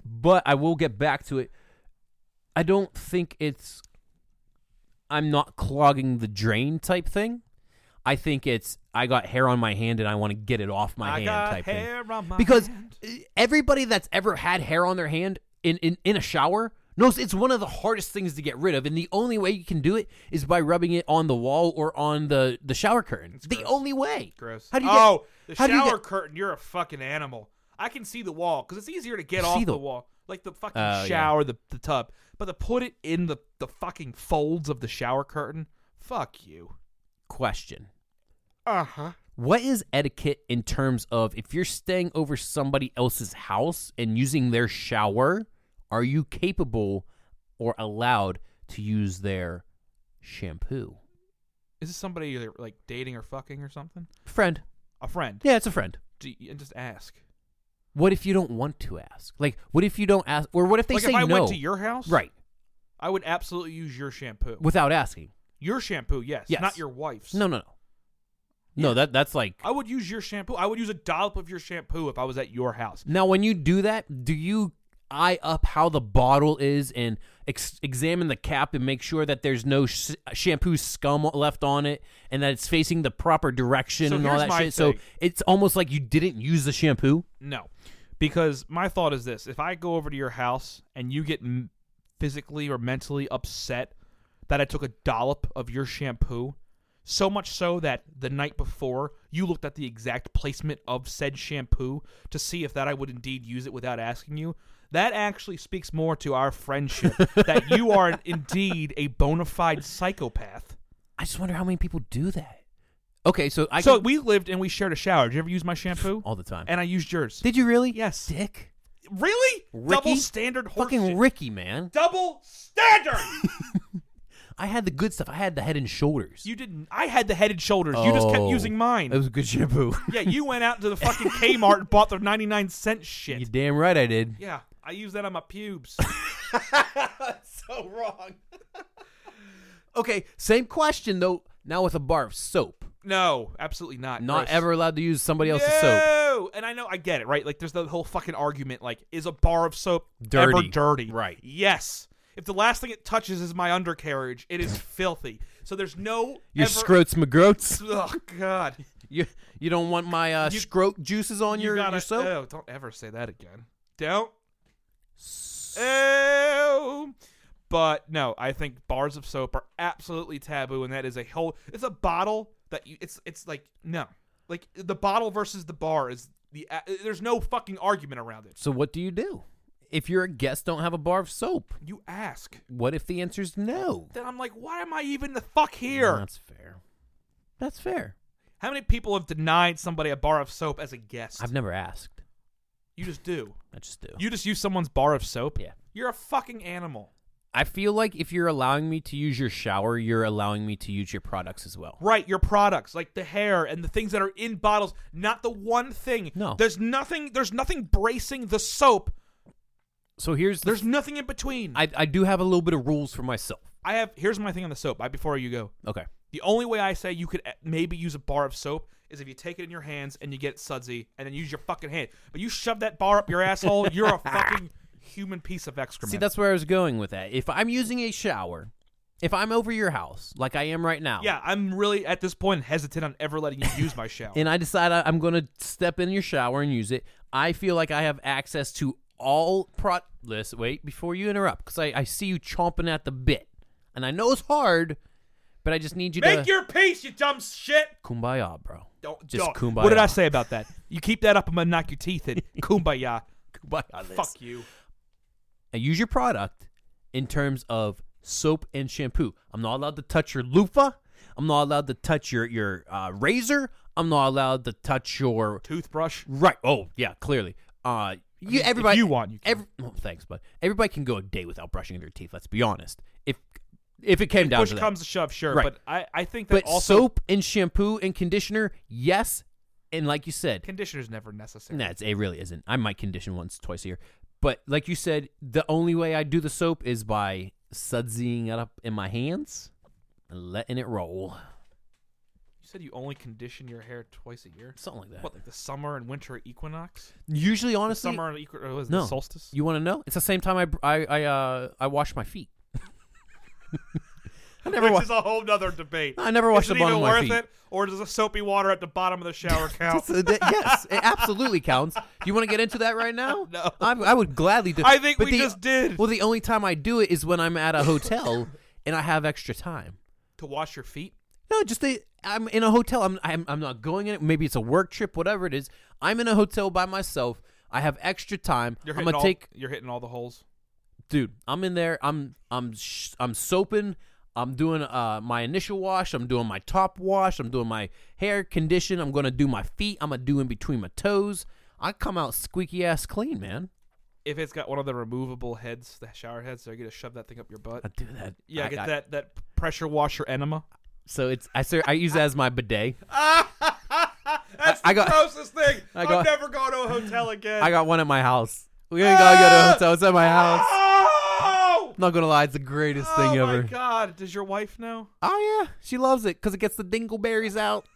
C: but I will get back to it. I don't think it's I'm not clogging the drain type thing. I think it's I got hair on my hand and I want to get it off my
B: I
C: hand
B: got
C: type thing.
B: hair on my
C: Because
B: hand.
C: everybody that's ever had hair on their hand in, in, in a shower knows it's one of the hardest things to get rid of, and the only way you can do it is by rubbing it on the wall or on the, the shower curtain. the
B: gross.
C: only way.
B: Gross.
C: How do you get-
B: oh,
C: how
B: the
C: do you
B: shower
C: get-
B: curtain. You're a fucking animal. I can see the wall because it's easier to get
C: See
B: off
C: the-
B: the wall, like the fucking
C: Oh, yeah.
B: shower, the the tub. But to put it in the the fucking folds of the shower curtain, fuck you.
C: Question.
B: Uh
C: Uh-huh.
B: huh.
C: What is etiquette in terms of if you're staying over somebody else's house and using their shower, are you capable or allowed to use their shampoo?
B: Is this somebody you're like dating or fucking or something?
C: Friend.
B: A friend.
C: Yeah, it's a friend.
B: Do you- and just ask.
C: What if you don't want to ask? Like, what if you don't ask, or what if they
B: like
C: say
B: if I
C: no?
B: went to your house,
C: right,
B: I would absolutely use your shampoo.
C: without asking.
B: your shampoo, yes,
C: Yes.
B: not your wife's.
C: No, no, no. No, that that's like
B: I would use your shampoo. I would use a dollop of your shampoo if I was at your house.
C: now when you do that, do you eye up how the bottle is and ex- examine the cap and make sure that there's no sh- shampoo scum left on it and that it's facing the proper direction
B: So
C: and all
B: here's
C: that
B: my
C: shit? So
B: thing.
C: it's almost like you didn't use the shampoo.
B: No, because my thought is this: if I go over to your house and you get m- physically or mentally upset that I took a dollop of your shampoo, so much so that the night before you looked at the exact placement of said shampoo to see if that I would indeed use it without asking you. That actually speaks more to our friendship that you are indeed a bona fide psychopath.
C: I just wonder how many people do that. Okay, so I
B: so
C: can-
B: we lived and we shared a shower. Did you ever use my shampoo?
C: all the time.
B: And I used yours.
C: Did you really?
B: Yes.
C: Dick.
B: really?
C: Ricky?
B: Double standard horseshit.
C: Fucking Ricky, man.
B: double standard.
C: I had the good stuff. I had the head and shoulders.
B: you didn't. I had the head and shoulders. You just kept
C: Oh,
B: using mine.
C: That was a good shampoo.
B: yeah, you went out to the fucking Kmart and bought the 99 cent shit.
C: you damn right I did.
B: yeah, I used that on my pubes.
C: so wrong. okay, same question though. Now with a bar of soap,
B: no, absolutely not.
C: not
B: Gross.
C: ever allowed to use somebody else's soap.
B: No, and I know I get it, right? Like, there's the whole fucking argument. Like, is a bar of soap ever
C: Dirty.
B: dirty?
C: Right.
B: Yes. If the last thing it touches is my undercarriage, it is filthy. So there's no
C: Your
B: ever.
C: scrotes magrotes.
B: Oh God!
C: You you don't want my uh,
B: You-
C: scrote juices on your,
B: you gotta,
C: your soap.
B: Oh, don't ever say that again. Don't Ew. But no, I think bars of soap are absolutely taboo, and that is a whole. It's a bottle that you. It's it's like no, like the bottle versus the bar is the. a- There's no fucking argument around it.
C: So what do you do if you're a guest? Don't have a bar of soap.
B: You ask.
C: What if the answer's no?
B: Then I'm like, why am I even the fuck here?
C: That's fair. That's fair.
B: How many people have denied somebody a bar of soap as a guest?
C: I've never asked.
B: you just do.
C: I just do.
B: You just use someone's bar of soap.
C: Yeah.
B: You're a fucking animal.
C: I feel like if you're allowing me to use your shower, you're allowing me to use your products as well.
B: Right, your products, like the hair and the things that are in bottles, not the one thing.
C: No.
B: There's nothing there's nothing bracing the soap.
C: So here's the
B: There's nothing in between. I,
C: I, I do have a little bit of rules for myself.
B: have here's my thing on the soap, I, before you go.
C: Okay.
B: The only way I say you could eh, maybe use a bar of soap is if you take it in your hands and you get it sudsy and then use your fucking hand. But you shove that bar up your asshole, you're a fucking human piece of excrement.
C: See, that's where I was going with that. If I'm using a shower, if I'm over your house, like I am right now,
B: Yeah, I'm really at this point hesitant on ever letting you use my shower.
C: and I decide I, I'm going to step in your shower and use it, I feel like I have access to all pro. Listen, wait before you interrupt, because I, I see you chomping at the bit, and I know it's hard, but I just need you to
B: Make your peace, you dumb shit.
C: kumbaya, bro.
B: Don't
C: Just
B: don't.
C: kumbaya.
B: What did I say about that? You keep that up, I'm gonna knock your teeth in. Kumbaya.
C: Kumbaya this.
B: Fuck you.
C: and use your product in terms of soap and shampoo. I'm not allowed to touch your loofah. I'm not allowed to touch your your uh, razor. I'm not allowed to touch your
B: Toothbrush.
C: right. Oh yeah, clearly. Uh, you
B: if
C: everybody
B: you want, you can.
C: Every, oh, thanks, but everybody can go a day without brushing their teeth. Let's be honest. If if it came down
B: Push
C: to that,
B: comes to shove, sure.
C: Right.
B: But I, I think that
C: but
B: also
C: soap and shampoo and conditioner, yes. And like you said,
B: conditioner's never necessary.
C: Nah, it's, it really isn't. I might condition once, twice a year. But like you said, the only way I do the soap is by sudsying it up in my hands and letting it roll.
B: You said you only condition your hair twice a year.
C: Something like that.
B: What, like the summer and winter equinox?
C: Usually, honestly,
B: summer and equi- or was it
C: no.
B: solstice?
C: you want to know? It's the same time I br- I I, uh, I wash my feet. I never
B: Which
C: wash.
B: is a whole nother debate.
C: I never wash
B: Is
C: the
B: it
C: bottom
B: even
C: of my
B: worth
C: feet.
B: it, or does the soapy water at the bottom of the shower count?
C: So that- yes, it absolutely counts. Do you want to get into that right now?
B: No.
C: I'm, I would gladly do.
B: I think
C: but
B: we
C: the-
B: just did.
C: Well, the only time I do it is when I'm at a hotel and I have extra time.
B: to wash your feet.
C: No, just they. I'm in a hotel. I'm, I'm I'm not going in it. Maybe it's a work trip, whatever it is. I'm in a hotel by myself. I have extra time.
B: You're
C: I'm
B: hitting
C: gonna
B: all,
C: take,
B: You're hitting all the holes.
C: dude. I'm in there. I'm I'm sh- I'm soaping. I'm doing uh my initial wash. I'm doing my top wash. I'm doing my hair condition. I'm gonna do my feet. I'm gonna do in between my toes. I come out squeaky ass clean, man.
B: If it's got one of the removable heads, the shower heads, they're gonna shove that thing up your butt.
C: I do that.
B: Yeah,
C: I,
B: get
C: I-
B: that that pressure washer enema.
C: So it's I ser- I use it as my bidet.
B: That's
C: I- I got-
B: grossest thing.
C: I got-
B: never going to a hotel again.
C: I got one at my house. We ain't gotta go to a hotel. It's at my house.
B: Oh,
C: I'm not gonna lie, it's the greatest
B: oh my
C: thing ever.
B: god! Does your wife know?
C: Oh yeah, she loves it because it gets the dingleberries out.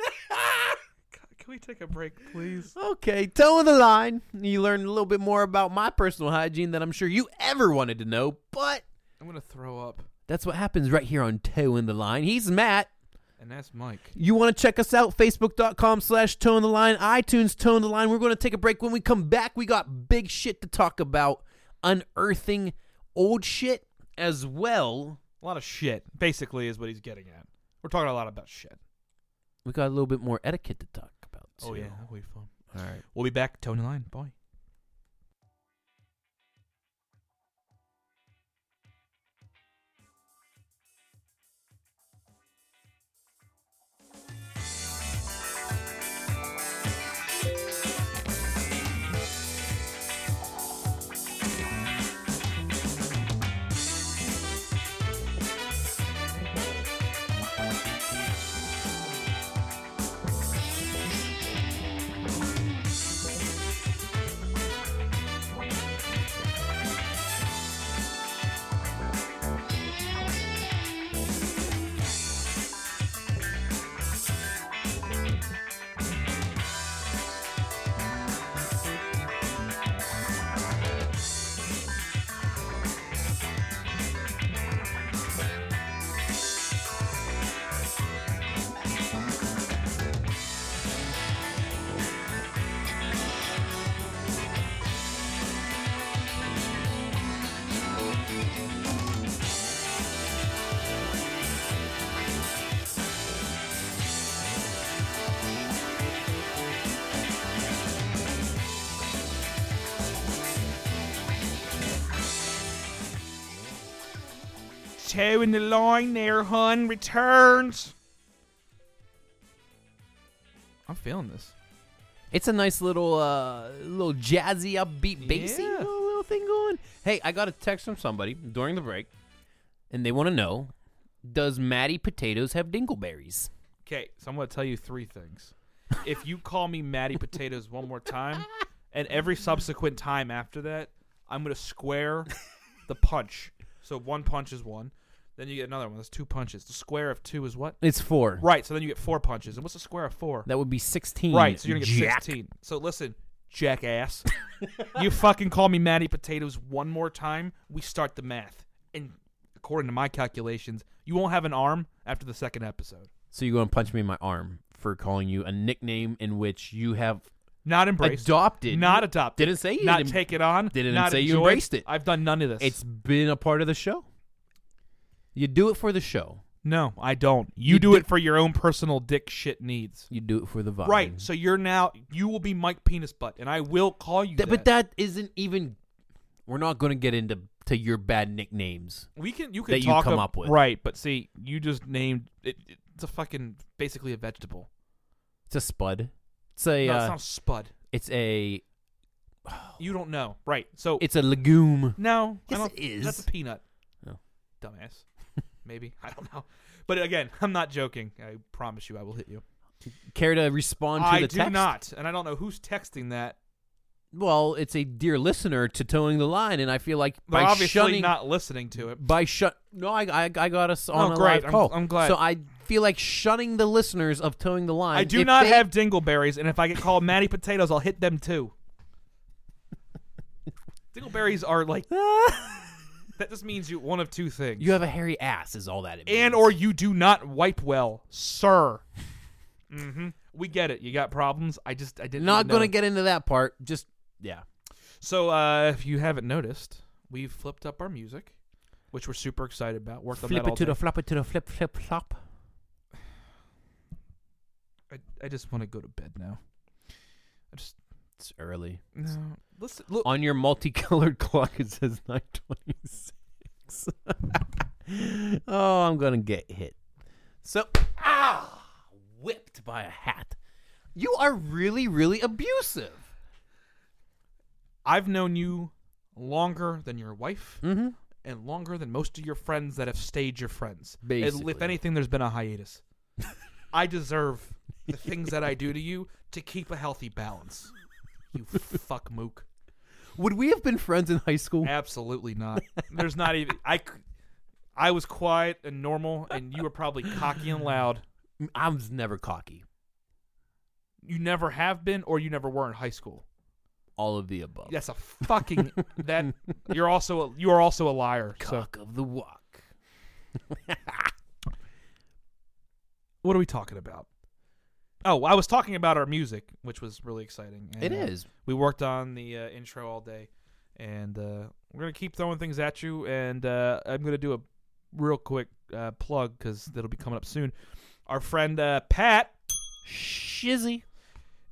B: God, Can we take a break, please?
C: Okay, toe of the line. You learned a little bit more about my personal hygiene than I'm sure you ever wanted to know, but
B: I'm gonna throw up.
C: that's what happens right here on Toe in the Line. He's Matt.
B: And that's Mike.
C: You want to check us out? Facebook.com slash Toe in the Line, iTunes Toe in the Line. We're going to take a break. When we come back, we got big shit to talk about, unearthing old shit as well.
B: A lot of shit, basically, is what he's getting at. We're talking a lot about shit.
C: We got a little bit more etiquette to talk about. Too.
B: that'll be Oh, fun.
C: All right.
B: We'll be back. Tony Line. Bye. Toe in the line there, hun. Returns. I'm feeling this.
C: It's a nice little uh little jazzy upbeat bassy
B: Yeah.
C: little, little thing going. Hey, I got a text from somebody during the break and they want to know does Matty potatoes have dingleberries?
B: Okay, so I'm going to tell you three things. If you call me Matty Potatoes one more time, and every subsequent time after that, I'm going to square the punch. So one punch is one. Then you get another one. That's two punches. The square of two is what?
C: It's 4.
B: Right, so then you get four punches. And what's the square of four?
C: That would be 16.
B: Right, so you're gonna get
C: Jack.
B: 16. So listen, jackass, you fucking call me Matty Potatoes one more time, we start the math. And according to my calculations, you won't have an arm after the second episode.
C: So you're going to punch me in my arm for calling you a nickname in which you have
B: Not embraced.
C: adopted.
B: not adopted.
C: Didn't say you
B: Not
C: didn't-
B: take it on.
C: didn't
B: not
C: say you
B: enjoyed.
C: embraced it.
B: I've done none of this.
C: It's been a part of the show. You do it for the show.
B: no, I don't. You,
C: You
B: do
C: di-
B: it for your own personal dick shit needs.
C: You do it for the vibe.
B: Right. So you're now you will be Mike Penis Butt, and I will call you.
C: Th-
B: that.
C: But that isn't even we're not going to get into to your bad nicknames.
B: We can you can
C: that you
B: talk
C: come
B: ab-
C: up with.
B: right, but see, you just named it, it- it's a fucking basically a vegetable.
C: It's a spud. It's a
B: No,
C: uh,
B: it's not spud.
C: It's a
B: You don't know, right? So
C: it's a legume.
B: no, I
C: Yes,
B: don't,
C: it is.
B: That's a peanut.
C: No.
B: Dumbass. Maybe I don't know, but again, I'm not joking. I promise you, I will hit you.
C: Care to respond to
B: I
C: the
B: do
C: text?
B: not, and I don't know who's texting that.
C: Well, it's a dear listener to towing the line, and I feel like
B: They're
C: by
B: obviously
C: shunning
B: not listening to it.
C: by shut. No, I, I I got us on a
B: great.
C: live
B: I'm-
C: call.
B: I'm glad.
C: So I feel like shunning the listeners of Towing the Line.
B: I do
C: if
B: not
C: they-
B: have dingleberries, and if I get called Matty Potatoes, I'll hit them too. dingleberries are like that. Just means you one of two things,
C: You have a hairy ass, is all that it means.
B: and or you do not wipe well, sir. hmm We get it. You got problems. I just I didn't.
C: not
B: know.
C: going to get into that part. Just yeah.
B: So uh, if you haven't noticed, we've flipped up our music, which we're super excited about. Worked on
C: Flip
B: that
C: it
B: all
C: to
B: day.
C: the flop it to the flip flip flop.
B: I, I just want to go to bed now. I just
C: It's early.
B: no. Listen, look.
C: On your multicolored clock, it says nine twenty-six. oh, I'm gonna get hit. So ah, whipped by a hat. You are really, really abusive.
B: I've known you longer than your wife
C: Mm-hmm.
B: and longer than most of your friends that have stayed your friends. And If
C: Basically.
B: anything, there's been a hiatus. I deserve the things that I do to you to keep a healthy balance. You fuck mook.
C: Would we have been friends in high school?
B: Absolutely not. There's not even. I, c- I was quiet and normal, and you were probably cocky and loud.
C: I was never cocky.
B: You never have been, or you never were in high school.
C: All of the above.
B: That's a fucking that. You're also a, you are also a liar. So
C: Cock of the walk.
B: what are we talking about? Oh, I was talking about our music, which was really exciting. And,
C: It
B: uh,
C: is.
B: we worked on the uh, intro all day, and uh, we're gonna keep throwing things at you. And uh, I'm gonna do a real quick uh, plug because that'll be coming up soon. Our friend uh, Pat
C: Shizzy.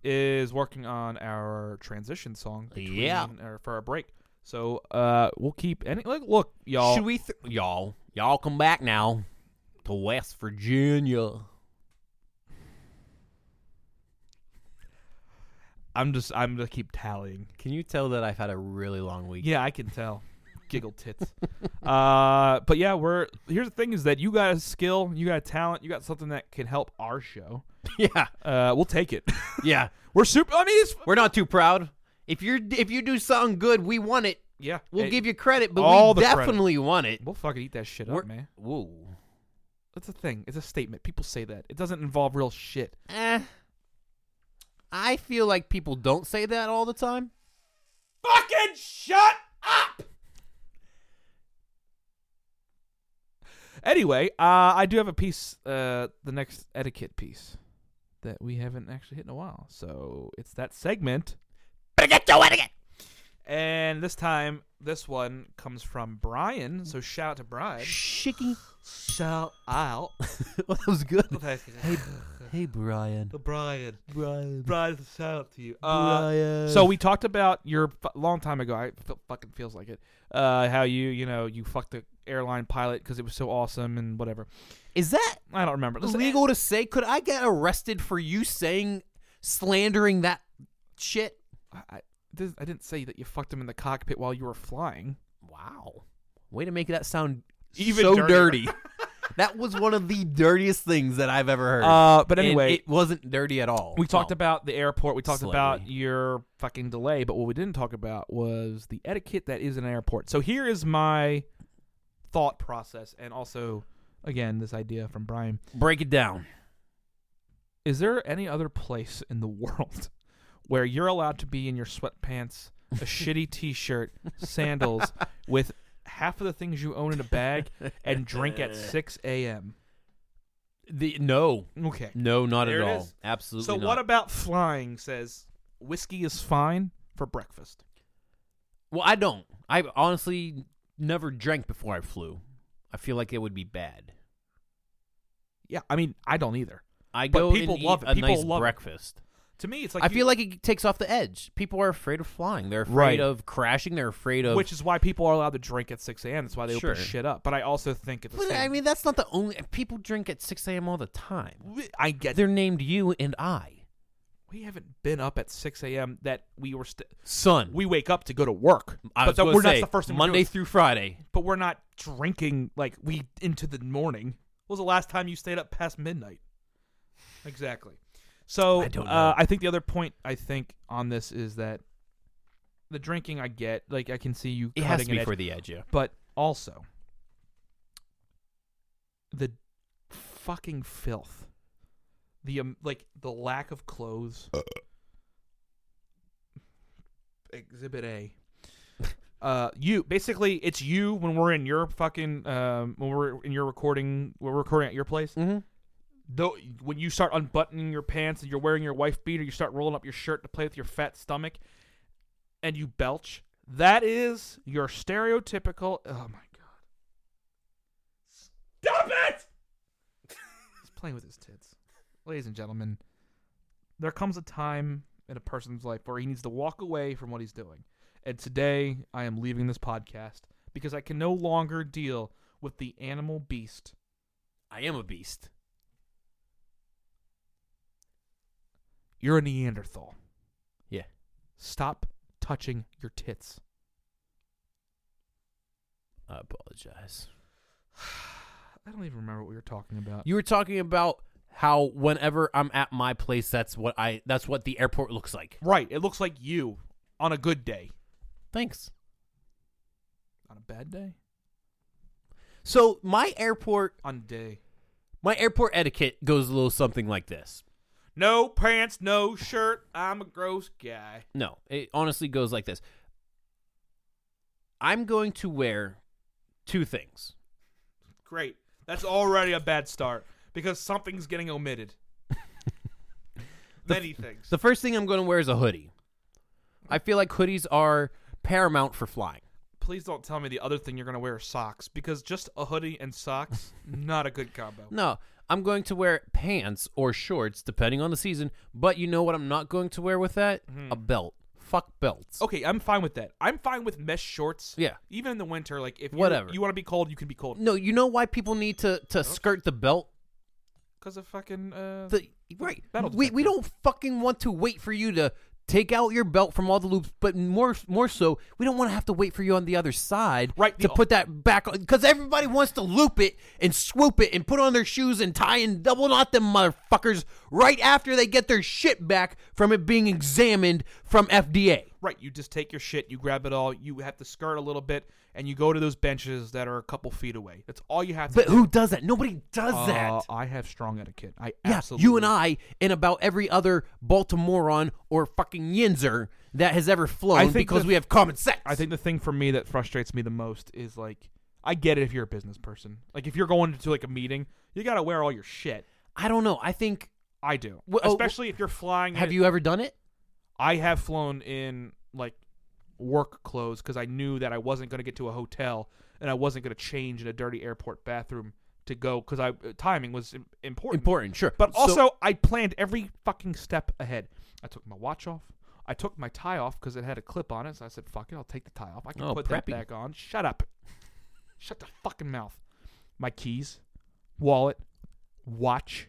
B: is working on our transition song between
C: Yeah.
B: or for our break. So uh, we'll keep any like look, y'all.
C: Should we, th- y'all, y'all come back now to West Virginia?
B: I'm just I'm gonna keep tallying.
C: Can you tell that I've had a really long week?
B: Yeah, I can tell. Giggle tits. uh, but yeah, we're here's the thing is that you got a skill, you got a talent, you got something that can help our show.
C: yeah,
B: Uh, we'll take it.
C: yeah.
B: we're super. I mean, it's
C: We're not too proud. If you're if you do something good, we want it.
B: yeah.
C: We'll
B: it-
C: give you credit, but
B: all
C: we
B: the credit.
C: definitely want it.
B: We'll fucking eat that shit
C: We're-
B: up, man.
C: Whoa.
B: That's a thing. It's a statement. People say that. It doesn't involve real shit.
C: Eh. I feel like people don't say that all the time.
B: Fucking shut up. Anyway, uh, I do have a piece, uh, the next etiquette piece that we haven't actually hit in a while. So it's that segment,
C: Better get to it again.
B: and this time, this one comes from Brian. So shout out to Brian.
C: Shiki.
B: Shout out.
C: well, that was good.
B: hey,
C: Hey, Brian.
B: Brian.
C: Brian.
B: Brian, shout out to you. Uh, So we talked about your f- long time ago. I f- fucking feels like it. Uh, how you you know you fucked the airline pilot because it was so awesome and whatever.
C: is that
B: I don't remember. Listen,
C: legal to say? Could I get arrested for you saying slandering that shit?
B: I, I, this, I didn't say that you fucked him in the cockpit while you were flying.
C: Wow. Way to make that sound
B: Even
C: so
B: dirtier.
C: dirty. that was one of the dirtiest things that I've ever heard.
B: Uh, but
C: And
B: anyway,
C: it wasn't dirty at all.
B: we talked
C: No.
B: about the airport. We talked
C: Slightly.
B: about your fucking delay. But what we didn't talk about was the etiquette that is in an airport. So here is my thought process, and also again this idea from Brian.
C: break it down.
B: is there any other place in the world where you're allowed to be in your sweatpants, a shitty t-shirt, sandals, with half of the things you own in a bag and drink at 6 a.m.?
C: The no,
B: Okay.
C: no, not
B: There
C: at
B: it
C: all.
B: is.
C: Absolutely.
B: So
C: not.
B: what about flying says whiskey is fine for breakfast?
C: well, I don't. I honestly never drank before I flew. I feel like it would be bad.
B: Yeah, I mean, I don't either.
C: I
B: But
C: go
B: people
C: and
B: love
C: eat
B: it.
C: a
B: People
C: nice
B: love it.
C: breakfast.
B: To me, it's like
C: I
B: you-
C: feel like it takes off the edge. People are afraid of flying. They're afraid
B: Right.
C: of crashing. They're afraid of
B: which is why people are allowed to drink at 6 a.m. That's why they
C: Sure.
B: open shit up. But I also think at the
C: But
B: same
C: I mean, that's not the only people drink at six a.m. all the time.
B: We- I get
C: They're named you and I,
B: we haven't been up at 6 a.m. that we were st-
C: son.
B: we wake up to go to work.
C: Mm, I
B: but
C: was
B: that-
C: gonna
B: we're
C: say,
B: not the first thing we're
C: Monday
B: doing.
C: through Friday.
B: but we're not drinking like we into the morning. When was the last time you stayed up past midnight? Exactly. So
C: I don't
B: Uh,
C: know.
B: I think the other point I think on this is that the drinking I get, like I can see you
C: It
B: cutting
C: has to
B: an
C: be
B: edge,
C: for the edge, yeah.
B: but also the fucking filth. The um, like the lack of clothes. Exhibit A. Uh, you basically it's you when we're in your fucking um when we're in your recording when we're recording at your place
C: Mm-hmm.
B: though when you start unbuttoning your pants and you're wearing your wife beater, you start rolling up your shirt to play with your fat stomach, and you belch. That is your stereotypical. Oh my god!
A: Stop it!
B: He's playing with his tits, ladies and gentlemen. There comes a time in a person's life where he needs to walk away from what he's doing, and today I am leaving this podcast because I can no longer deal with the animal beast
C: I am a beast.
B: You're a Neanderthal.
C: Yeah.
B: Stop touching your tits.
C: I apologize.
B: I don't even remember what we were talking about.
C: You were talking about how whenever I'm at my place, that's what I that's what the airport looks like.
B: right. It looks like you on a good day.
C: Thanks.
B: On a bad day?
C: So my airport
B: On a day.
C: my airport etiquette goes a little something like this.
B: No pants, no shirt. I'm a gross guy.
C: No, it honestly goes like this. I'm going to wear two things.
B: Great. That's already a bad start because something's getting omitted. Many things.
C: The first thing I'm going to wear is a hoodie. I feel like hoodies are paramount for flying.
B: Please don't tell me the other thing you're going to wear is socks because just a hoodie and socks, not a good combo.
C: No, I'm going to wear pants or shorts depending on the season, but you know what I'm not going to wear with that? A belt. Fuck belts.
B: Okay, I'm fine with that. I'm fine with mesh shorts.
C: Yeah.
B: Even in the winter, like if you-
C: Whatever.
B: you want to be cold, you can be cold.
C: No, you know why people need to to skirt the belt?
B: Because of fucking uh,
C: The right.
B: That'll
C: We we
B: detect
C: don't fucking want to wait for you to take out your belt from all the loops, but more more so, we don't want to have to wait for you on the other side
B: Right,
C: to
B: the-
C: put that back on cuz everybody wants to loop it and swoop it and put on their shoes and tie and double knot them motherfuckers right after they get their shit back from it being examined from FDA.
B: right. You just take your shit, you grab it all, you have to skirt a little bit, and you go to those benches that are a couple feet away. That's all you have to.
C: But
B: do.
C: who does that? Nobody does
B: Uh,
C: that.
B: I have strong etiquette. I
C: Yeah,
B: absolutely.
C: you and I, and about every other Baltimorean or fucking Yinzer that has ever flown
B: I think
C: because
B: that-
C: we have common sense.
B: I think the thing for me that frustrates me the most is like, I get it if you're a business person. Like if you're going to like a meeting, you got to wear all your shit.
C: I don't know. I think.
B: I do,
C: Well, oh,
B: especially if you're flying.
C: Have
B: in-
C: you ever done it?
B: I have flown in like work clothes because I knew that I wasn't going to get to a hotel and I wasn't going to change in a dirty airport bathroom to go because I uh, timing was im- important.
C: Important, sure.
B: But
C: So-
B: also, I planned every fucking step ahead. I took my watch off. I took my tie off because it had a clip on it. So I said, "Fuck it, I'll take the tie off. I can
C: Oh,
B: put that
C: preppy.
B: back on." Shut up. Shut the fucking mouth. My keys, wallet, watch,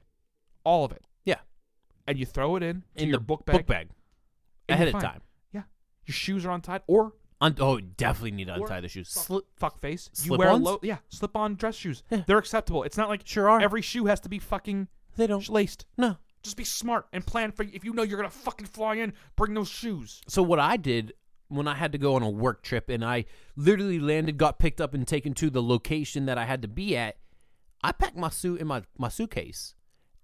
B: all of it,
C: yeah,
B: and you throw it in to
C: in
B: your
C: the
B: book bag.
C: book bag
B: and
C: ahead
B: you're
C: of
B: fine.
C: time.
B: Yeah, your shoes are untied, or
C: Un- oh, definitely need to
B: Or-
C: untie the shoes. Sli-
B: slip fuck face. You
C: Slip-ons?
B: wear low, yeah, slip on dress shoes.
C: Yeah.
B: They're acceptable. It's not like
C: Sure are.
B: every shoe has to be fucking
C: they don't.
B: laced.
C: No.
B: Just be smart and plan for if you know you're gonna fucking fly in, bring those shoes.
C: So what I did when I had to go on a work trip and I literally landed, got picked up, and taken to the location that I had to be at, I packed my suit in my my suitcase,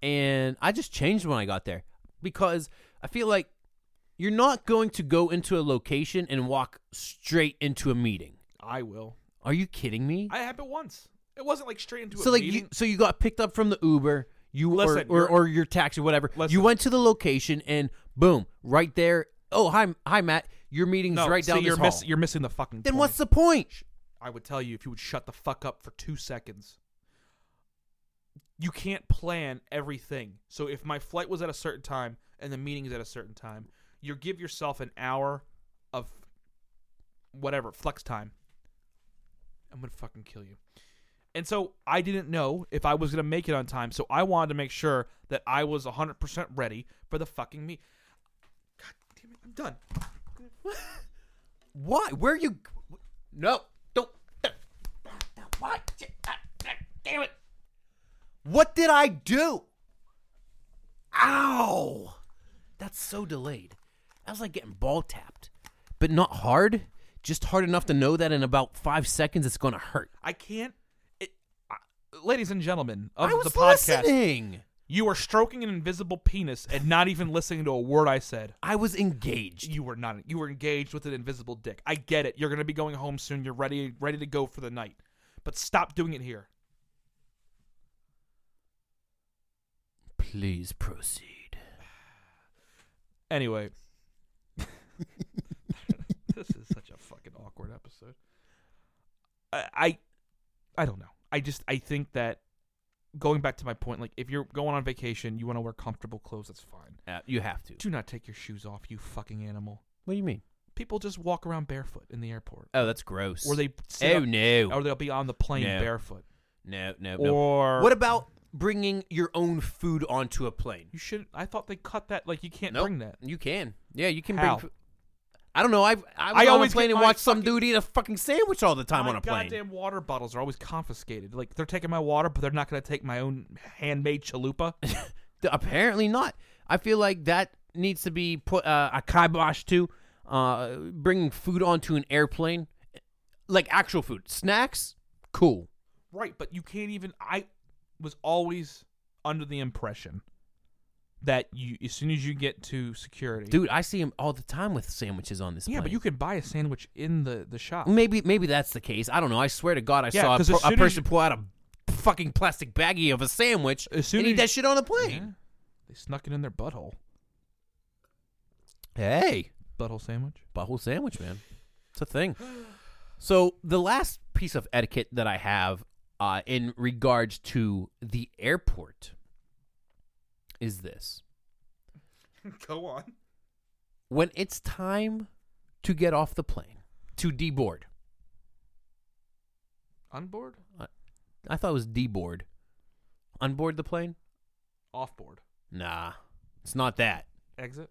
C: and I just changed when I got there because I feel like you're not going to go into a location and walk straight into a meeting.
B: I will.
C: Are you kidding me?
B: I happened once. It wasn't like straight into
C: so
B: a
C: like
B: meeting.
C: you, so you got picked up from the Uber, you
B: Listen,
C: or, or
B: you're-
C: or your taxi, whatever. You
B: Listen.
C: went to the location and boom, right there. Oh hi, hi Matt, your meeting's
B: no,
C: right
B: see,
C: down
B: you're
C: this
B: miss-
C: hall.
B: You're missing the fucking.
C: Then
B: point.
C: what's the point?
B: I would tell you if you would shut the fuck up for two seconds. You can't plan everything. So if my flight was at a certain time and the meeting is at a certain time, you give yourself an hour of whatever flex time. I'm gonna fucking kill you. And so I didn't know if I was gonna make it on time, so I wanted to make sure that I was 100% ready for the fucking meet. God damn it! I'm done.
C: Why? Where are you? No, don't. Why? ah, Damn it! What did I do? Ow! That's so delayed. I was like getting ball tapped, but not hard. Just hard enough to know that in about five seconds it's gonna hurt.
B: I can't. It, I, ladies and gentlemen of
C: I was
B: the podcast,
C: listening.
B: you were stroking an invisible penis and not even listening to a word I said.
C: I was engaged.
B: You were not. You were engaged with an invisible dick. I get it. You're gonna be going home soon. You're ready, ready to go for the night. But stop doing it here.
C: Please proceed.
B: Anyway, this is such a fucking awkward episode. I, I, I don't know. I just I think that going back to my point, like if you're going on vacation, you want to wear comfortable clothes. That's fine.
C: Uh, you have to.
B: Do not take your shoes off, you fucking animal.
C: What do you mean?
B: People just walk around barefoot in the airport,
C: Oh, that's gross.
B: or they sit
C: Oh
B: up-
C: no.
B: or they'll be on the plane
C: No.
B: barefoot,
C: no, no, no.
B: or
C: What about bringing your own food onto a plane?
B: you should. I thought they cut that. Like you can't
C: Nope.
B: bring that.
C: You can. Yeah, you can
B: How?
C: bring. Food. I don't know. I've, I was
B: I
C: on
B: always
C: a plane
B: get
C: and
B: my
C: watched some
B: fucking-
C: dude eat a fucking sandwich all the time
B: my
C: on a plane.
B: goddamn water bottles are always confiscated. Like they're taking my water, but they're not going to take my own handmade chalupa.
C: D- Apparently not. I feel like that needs to be put uh, a kibosh to uh, bringing food onto an airplane, like actual food, snacks. Cool.
B: right, but you can't even. I was always under the impression that you, as soon as you get to security,
C: Dude, I see him all the time with sandwiches on this.
B: yeah, but
C: plane.
B: you can buy a sandwich in the the shop.
C: Maybe maybe that's the case. I don't know. I swear to God, I
B: Yeah,
C: saw a,
B: 'cause
C: per-
B: as soon
C: a
B: as
C: person
B: you-
C: pull out a fucking plastic baggie of a sandwich
B: As soon
C: and
B: as
C: eat
B: you-
C: that shit on the
B: Yeah.
C: plane.
B: They snuck it in their butthole.
C: Hey,
B: Butthole sandwich.
C: butthole sandwich, man. It's a thing. So the last piece of etiquette that I have uh, in regards to the airport is this:
B: Go on.
C: when it's time to get off the plane to deboard.
B: On board.
C: I thought it was deboard. Unboard the plane?
B: Off board.
C: Nah, it's not that.
B: Exit.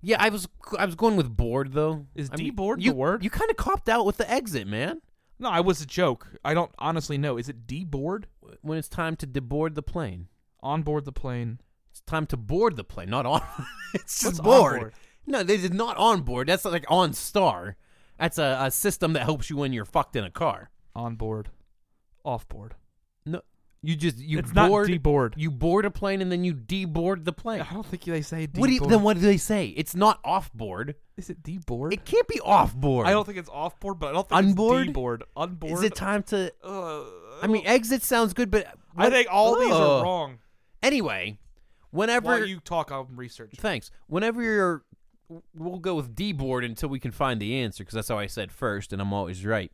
C: Yeah, I was I was going with board though.
B: Is
C: I mean,
B: deboard the
C: you,
B: word?
C: You kind of copped out with the exit, man.
B: No, I was a joke. I don't honestly know. Is it D board?
C: When it's time to deboard the plane,
B: On board the plane.
C: it's time to board the plane, not on. it's just
B: What's on
C: board.
B: board?
C: No, they did not on board. That's like on star. That's a, a system that helps you when you're fucked in a car.
B: On board. Off board.
C: No, you just you
B: It's not
C: board
B: deboard.
C: You board a plane and then you deboard the plane.
B: I don't think they say D
C: What do you,
B: board.
C: then what do they say? It's not off board.
B: Is it D board?
C: It can't be off board.
B: I don't think it's off board, but I don't think
C: Unboard?
B: it's D board. Unboard.
C: Is it time to?
B: Uh,
C: I mean, exit sounds good, but
B: I think all these are
C: Ugh.
B: wrong.
C: Anyway, whenever
B: While you talk, I'll research.
C: thanks. Whenever you're, we'll go with D board until we can find the answer because that's how I said first, and I'm always right.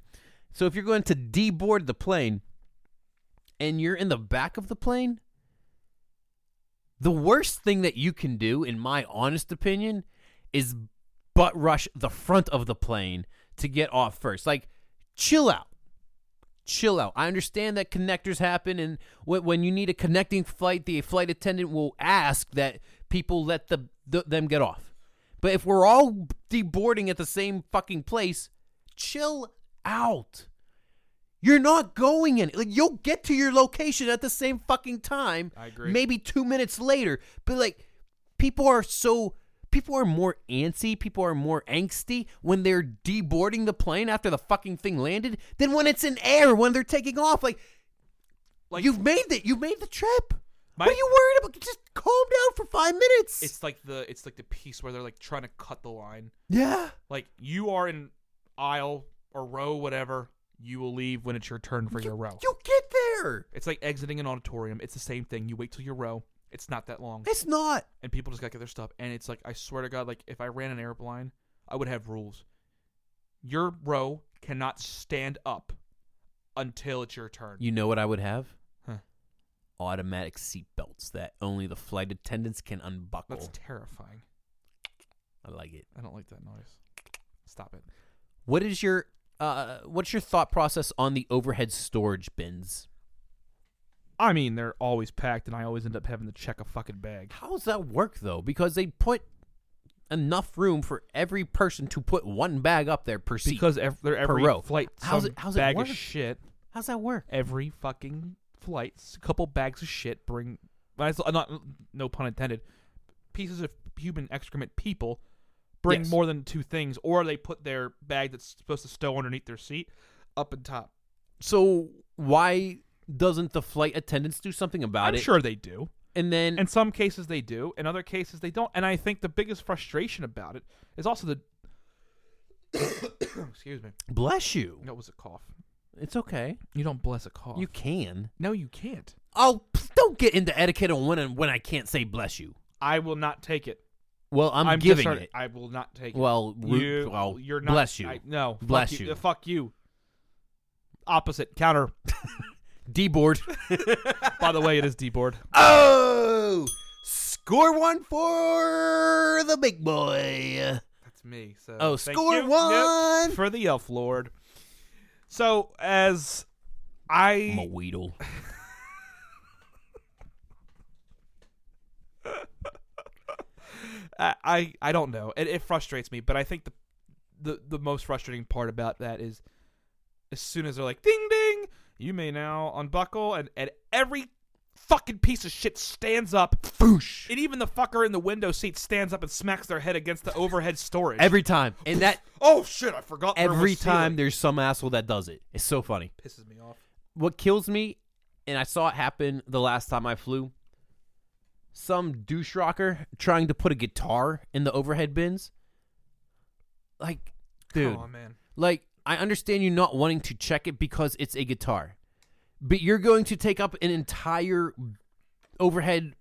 C: So if you're going to D board the plane, and you're in the back of the plane, the worst thing that you can do, in my honest opinion, is butt rush the front of the plane to get off first. Like, chill out chill out. I understand that connectors happen, and when, when you need a connecting flight, the flight attendant will ask that people let the, the them get off. But if we're all deboarding at the same fucking place, chill out. You're not going in. Like you'll get to your location at the same fucking time.
B: I agree.
C: Maybe two minutes later, but like people are so people are more antsy, people are more angsty when they're deboarding the plane after the fucking thing landed than when it's in air when they're taking off. Like,
B: Like-
C: you've made the you made the trip.
B: My-
C: what are you worried about? Just calm down for five minutes.
B: It's like the it's like the piece where they're like trying to cut the line.
C: yeah.
B: Like you are in aisle or row, whatever. You will leave when it's your turn for your row.
C: You get there.
B: It's like exiting an auditorium. It's the same thing. You wait till your row. It's not that long.
C: It's not.
B: and people just gotta get their stuff. And it's like I swear to God, like if I ran an airplane, I would have rules. Your row cannot stand up until it's your turn.
C: You know what I would have?
B: Huh.
C: Automatic seatbelts that only the flight attendants can unbuckle.
B: That's terrifying.
C: I like it.
B: I don't like that noise. Stop it.
C: What is your uh, what's your thought process on the overhead storage bins?
B: I mean, they're always packed, and I always end up having to check a fucking bag.
C: How does that work though? Because they put enough room for every person to put one bag up there per seat.
B: Because ev- they're
C: per
B: every
C: row.
B: flight,
C: How's
B: some
C: it- how's it
B: bag
C: work?
B: of shit.
C: How's that work?
B: Every fucking flight, a couple bags of shit bring. when I s- Not no pun intended. Pieces of human excrement. People bring
C: Yes.
B: more than two things, or they put their bag that's supposed to stow underneath their seat up and top.
C: So why doesn't the flight attendants do something about
B: I'm
C: it? Mm.
B: sure they do.
C: And then
B: In some cases they do, in other cases they don't. And I think the biggest frustration about it is also the. Excuse me.
C: bless you.
B: That was a cough.
C: It's okay.
B: You don't bless a cough.
C: You can.
B: no, you can't.
C: Oh, pff, don't get into etiquette on when and when I can't say bless you.
B: I will not take it.
C: Well, I'm, giving
B: disheartened.
C: it.
B: I will not take it.
C: Well, root,
B: you,
C: well,
B: you're not.
C: bless you.
B: I, no, fuck
C: Bless
B: you.
C: you.
B: Uh, Fuck you. Opposite counter.
C: D board.
B: By the way, it is D board.
C: oh, score one for the big boy.
B: That's me. So
C: Oh,
B: thank
C: score
B: you. Yep,
C: one!
B: for the Elf Lord. So as I
C: I'm a weedle.
B: I, I I don't know. It, it frustrates me, but I think the, the the most frustrating part about that is as soon as they're like ding ding, you may now unbuckle, and and every fucking piece of shit stands up,
C: Boosh.
B: and even the fucker in the window seat stands up and smacks their head against the overhead storage.
C: Every time, and that
B: oh shit, I forgot. there
C: every
B: was
C: time
B: ceiling.
C: there's some asshole that does it. It's so funny.
B: pisses me off.
C: What kills me, and I saw it happen the last time I flew. Some douche rocker trying to put a guitar in the overhead bins. Like, dude,
B: Come on, man.
C: Like, I understand you not wanting to check it because it's a guitar, but you're going to take up an entire overhead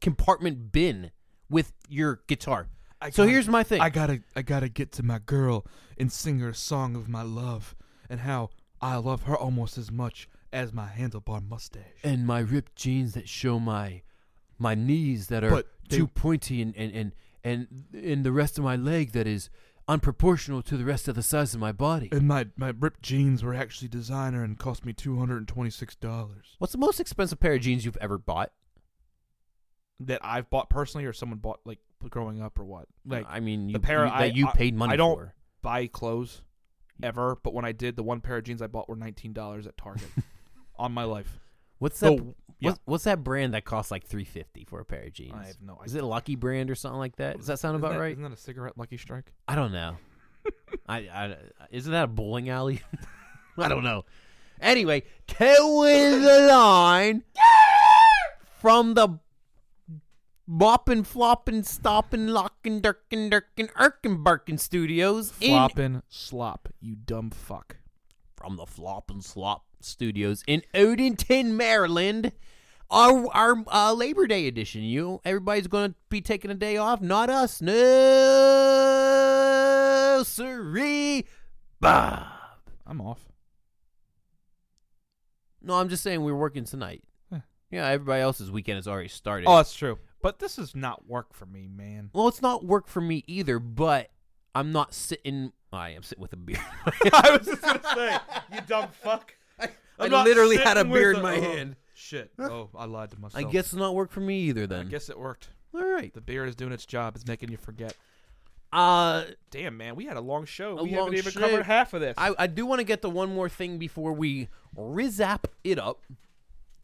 C: compartment bin with your guitar.
B: I
C: so
B: got-
C: here's my thing.
B: I gotta I gotta get to my girl and sing her a song of my love and how I love her almost as much as my handlebar mustache.
C: and my ripped jeans that show my my knees that are
B: But they-
C: too pointy and and and and, and the rest of my leg that is unproportional to the rest of the size of my body.
B: And my, my ripped jeans were actually designer and cost me two hundred and twenty six dollars.
C: What's the most expensive pair of jeans you've ever bought?
B: That I've bought personally, or someone bought like growing up, or what? Like
C: I mean,
B: the
C: you,
B: pair
C: you-
B: I-
C: that you
B: I-
C: paid money
B: I don't-
C: for.
B: buy clothes ever, but when I did, the one pair of jeans I bought were nineteen dollars at Target on my life.
C: What's that?
B: So yeah.
C: What's, what's that brand that costs like three fifty for a pair of jeans?
B: I have no idea.
C: Is it Lucky Brand or something like that? Does that sound
B: Isn't
C: about
B: that-
C: right?
B: Isn't that a cigarette Lucky Strike?
C: I don't know. I, I isn't that a bowling alley? I don't know. Anyway, towing the line from the boppin', floppin', stoppin', lockin', dirkin, dirkin, irkin, barkin studios in
B: Flopping slop, you dumb fuck.
C: from the Flop and Slop Studios in Odenton, Maryland. Our our uh, Labor Day edition. You everybody's going to be taking a day off. Not us. No, sorry, Bob.
B: I'm off.
C: No, I'm just saying we're working tonight.
B: Huh.
C: Yeah, everybody else's weekend has already started.
B: Oh, that's true. But this is not work for me, man.
C: well, it's not work for me either, but I'm not sitting. oh, I am sitting with a beer.
B: I was just gonna say, you dumb fuck.
C: I
B: I'm not
C: literally had a
B: sitting with
C: beer in
B: a-
C: my
B: oh,
C: hand.
B: Shit. Oh, I lied to
C: I
B: myself.
C: guess it's not work for me either.
B: I
C: Then
B: guess it worked.
C: all right.
B: The beer is doing its job. It's making you forget.
C: Uh,
B: Damn, man, we had a long show.
C: A
B: we
C: long
B: haven't even
C: shit.
B: covered half of this. I,
C: I, I do want to get to one more thing before we rizap it up.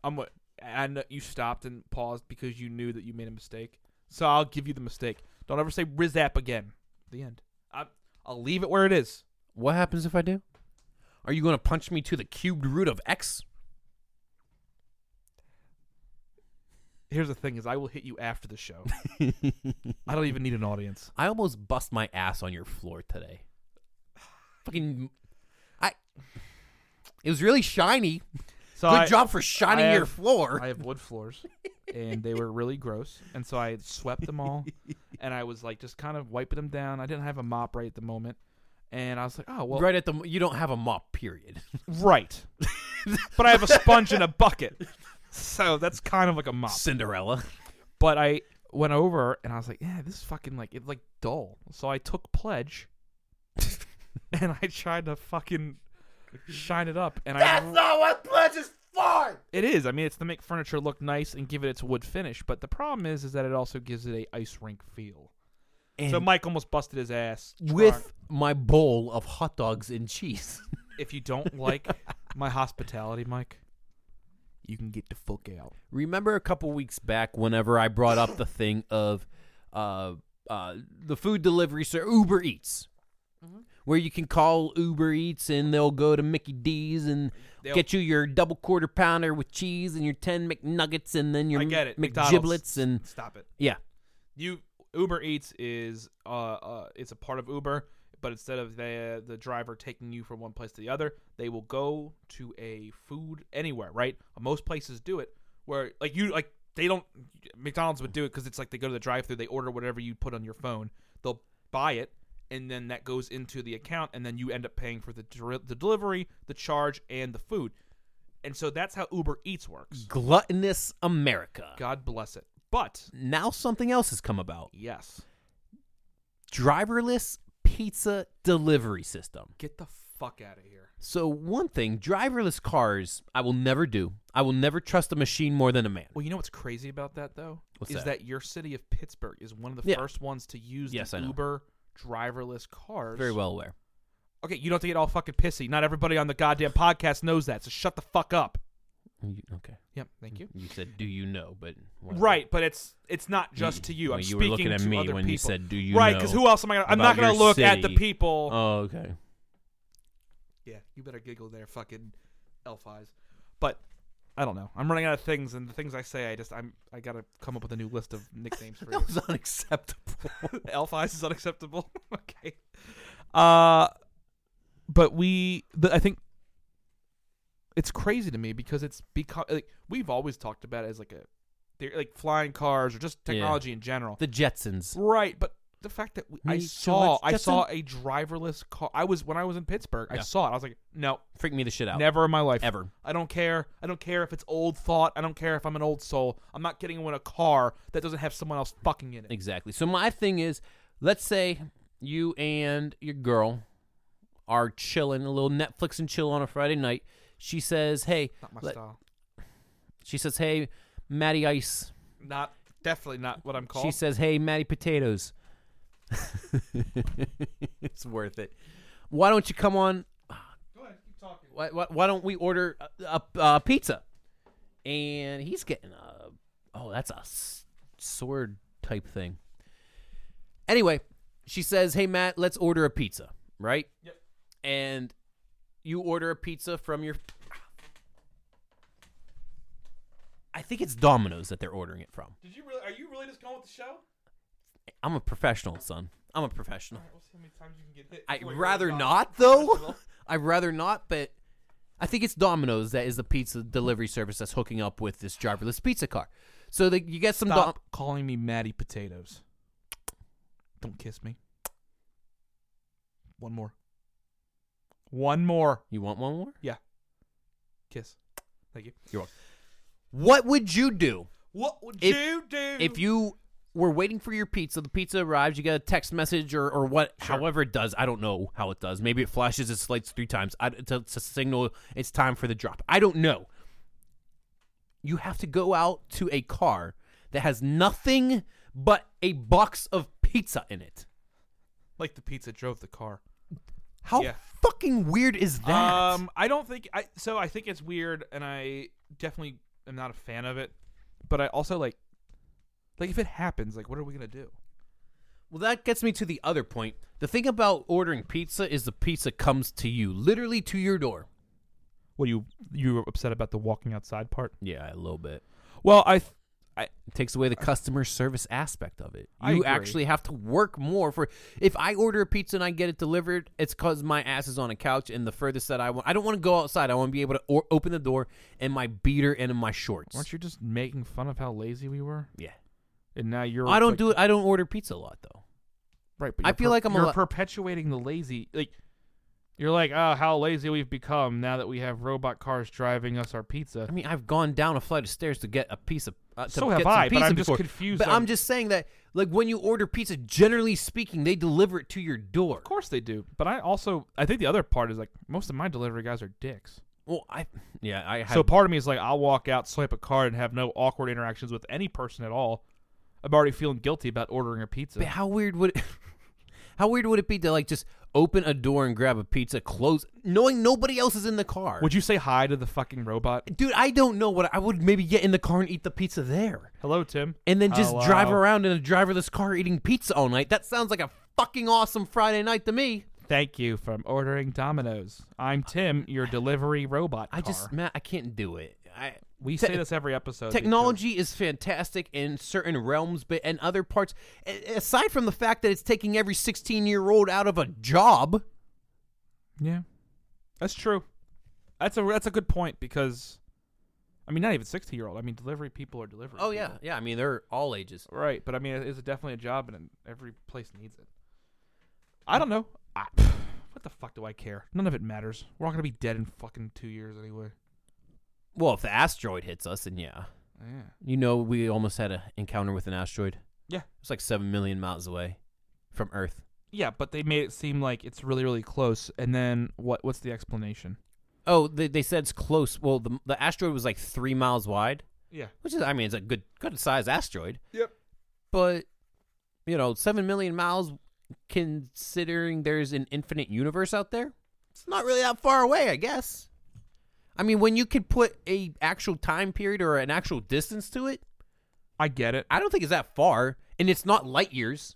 B: am what? And you stopped and paused because you knew that you made a mistake. So I'll give you the mistake. Don't ever say Rizap again. The end. I, I'll leave it where it is.
C: What happens if I do? Are you going to punch me to the cubed root of x?
B: Here's the thing: is I will hit you after the show. I don't even need an audience.
C: I almost bust my ass on your floor today. Fucking, I. It was really shiny.
B: So
C: Good
B: I-
C: job for shining
B: I
C: your
B: have-
C: floor.
B: I have wood floors, and they were really gross. And so I swept them all, and I was like just kind of wiping them down. I didn't have a mop right at the moment, and I was like, oh well, right.
C: right at the you don't have a mop. Period.
B: but I have a sponge and a bucket, so that's kind of like a mop.
C: Cinderella.
B: But I went over and I was like, yeah, this is fucking like it's like dull. So I took pledge, and I tried to fucking shine it up, and I
C: not what pledge is for.
B: It is. I mean, it's to make furniture look nice and give it its wood finish. But the problem is, is that it also gives it a ice rink feel.
C: And
B: so Mike almost busted his ass trying-
C: with my bowl of hot dogs and cheese.
B: If you don't like my hospitality, Mike, you can get the fuck out.
C: remember a couple weeks back whenever I brought up the thing of uh, uh, the food delivery ser Uber Eats.
B: Mm-hmm.
C: where you can call Uber Eats and they'll go to Mickey D's and
B: They'll-
C: get you your double quarter pounder with cheese and your ten McNuggets and then your
B: I get it. McDonald's.
C: McGiblets and
B: Stop it.
C: yeah.
B: You Uber Eats is uh, uh it's a part of Uber, but instead of the the driver taking you from one place to the other, they will go to a food anywhere, right? Most places do it where like you like they don't McDonald's would do it cuz it's like they go to the drive-through, they order whatever you put on your phone. They'll buy it and then that goes into the account and then you end up paying for the dri- the delivery, the charge and the food. And so that's how Uber Eats works.
C: Mm. Gluttonous America.
B: God bless it. But
C: Now something else has come about.
B: yes,
C: Driverless pizza delivery system.
B: get the fuck out of here.
C: So one thing, driverless cars, I will never do. I will never trust a machine more than a man.
B: Well, you know what's crazy about that though
C: What's
B: is
C: that?
B: that? your city of Pittsburgh is one of the
C: Yeah.
B: first ones to use
C: Yes, I
B: the
C: know.
B: Uber driverless cars.
C: Very well aware.
B: Okay, you don't have to get all fucking pissy. Not everybody on the goddamn podcast knows that, so shut the fuck up.
C: You- okay.
B: Yep, thank you.
C: You said, "Do you know?" But whatever.
B: Right, but it's it's not just to you.
C: Well,
B: I'm
C: you were
B: speaking
C: looking at
B: to
C: me
B: other
C: when you
B: people.
C: said, "Do you
B: right?
C: know
B: who else am I? Gonna, I'm not
C: about
B: gonna
C: your
B: look at the
C: city?"
B: people.
C: Oh, okay.
B: Yeah, you better giggle there, fucking elf eyes. But I don't know. I'm running out of things, and the things I say, I just I'm I gotta come up with a new list of nicknames for you.
C: That was unacceptable.
B: elf eyes is unacceptable. okay. Uh, but we, the, I think it's crazy to me because it's because like, we've always talked about it as like a, they're like flying cars or just
C: Yeah.
B: technology in general.
C: the Jetsons.
B: Right, but the fact that we, I
C: Me too,
B: saw
C: it's
B: I
C: just
B: saw a driverless car. I was when I was in Pittsburgh. I
C: Yeah.
B: saw it. I was like, no,
C: Freak me the shit out.
B: never in my life,
C: Ever.
B: I don't care. I don't care if it's old thought. I don't care if I'm an old soul. I'm not getting in a car that doesn't have someone else fucking in it.
C: Exactly. So my thing is, let's say you and your girl are chilling a little Netflix and chill on a Friday night. She says, "Hey,"
B: Not my
C: let-
B: style.
C: she says, "Hey, Matty Ice."
B: Not definitely not what I'm called.
C: She says, "Hey, Matty Potatoes." it's worth it. Why don't you come on?
B: Go ahead, keep talking.
C: Why, why, why don't we order a, a, a pizza? And he's getting a oh, that's a s- sword type thing. Anyway, she says, "Hey Matt, let's order a pizza, right?"
B: Yep.
C: And you order a pizza from your. I think it's Domino's that they're ordering it from.
B: Did you really? Are you really just going with the show?
C: I'm a professional, son. I'm a professional.
B: We'll see how many times you can get hit.
C: I'd rather not, though. I'd rather not, but I think it's Domino's that is the pizza delivery service that's hooking up with this driverless pizza car. So the, you get some. Dom-
B: Stop calling me Matty Potatoes. Don't kiss me. One more. One more
C: you want one more?
B: kiss. Thank you.
C: What would you do
B: What would
C: If-
B: you do
C: if you were waiting for your pizza? The pizza arrives. You get a text message or, or what? However it does, I don't know how it does. Maybe it flashes its lights three times I, to, to signal it's time for the drop. I don't know. You have to go out to a car that has nothing but a box of pizza in it.
B: like the pizza drove the car?
C: How
B: Yeah.
C: fucking weird is that?
B: Um, I don't think I. So I think it's weird, and I definitely am not a fan of it. But I also like, like if it happens, like what are we gonna do?
C: well, that gets me to the other point. The thing about ordering pizza is the pizza comes to you, literally to your door.
B: What you you were upset about the walking outside part?
C: Yeah, a little bit.
B: Well, I, th- I
C: It takes away the customer service aspect of it.
B: I
C: You
B: agree.
C: actually have to work more for. If I order a pizza and I get it delivered, it's because my ass is on a couch and the furthest that I want. I don't want to go outside. I want to be able to or- open the door in my beater and in my shorts.
B: aren't you just making fun of how lazy we were?
C: Yeah.
B: And now you're.
C: I don't
B: like-
C: do it. I don't order pizza a lot though.
B: Right, but
C: I
B: you're
C: feel like I'm a
B: you're
C: lot-
B: perpetuating the lazy. Like you're like, oh, how lazy we've become now that we have robot cars driving us our pizza.
C: I mean, I've gone down a flight of stairs to get a piece of. Uh, to
B: So
C: get
B: have
C: some
B: I, but
C: pizza
B: I'm just
C: before.
B: confused
C: But
B: on-
C: I'm just saying that, like, when you order pizza, generally speaking, they deliver it to your door.
B: Of course they do, but I also I think the other part is like most of my delivery guys are dicks.
C: Well, I, yeah, I had.
B: So part of me is like, I'll walk out, swipe a card, and have no awkward interactions with any person at all. I'm already feeling guilty about ordering a
C: but
B: pizza.
C: how weird would, it, how weird would it be to like just open a door and grab a pizza, close, knowing nobody else is in the car?
B: Would you say hi to the fucking robot?
C: Dude, I don't know what I would maybe get in the car and eat the pizza there,
B: Hello, Tim.
C: and then just drive
B: Hello.
C: around in a driverless car eating pizza all night. That sounds like a fucking awesome Friday night to me.
B: Thank you for ordering Domino's. I'm Tim, your delivery robot.
C: I just,
B: car.
C: Matt, I can't do it. I
B: we
C: Te-
B: say this every episode.
C: technology is fantastic in certain realms, but in other parts, a- aside from the fact that it's taking every 16 year old out of a job,
B: because- Yeah, that's true. That's a that's a good point because, I mean, not even sixty year old. I mean, delivery people are delivery.
C: oh yeah,
B: people.
C: yeah. I mean, they're all ages.
B: right. But I mean, it's definitely a job, and every place needs it. I don't know. I, what the fuck do I care? None of it matters. We're all gonna be dead in fucking two years anyway.
C: Well, if the asteroid hits us, then yeah,
B: Yeah.
C: you know, we almost had an encounter with an asteroid.
B: Yeah.
C: it's like seven million miles away from Earth.
B: Yeah, but they made it seem like it's really, really close. And then what? What's the explanation?
C: Oh, they, they said it's close. Well, the the asteroid was like three miles wide,
B: Yeah.
C: which is, I mean, it's a good good size asteroid.
B: Yep.
C: but you know, seven million miles, considering there's an infinite universe out there, it's not really that far away, I guess. I mean, when you could put a actual time period or an actual distance to it,
B: I get it.
C: I don't think it's that far, and it's not light years.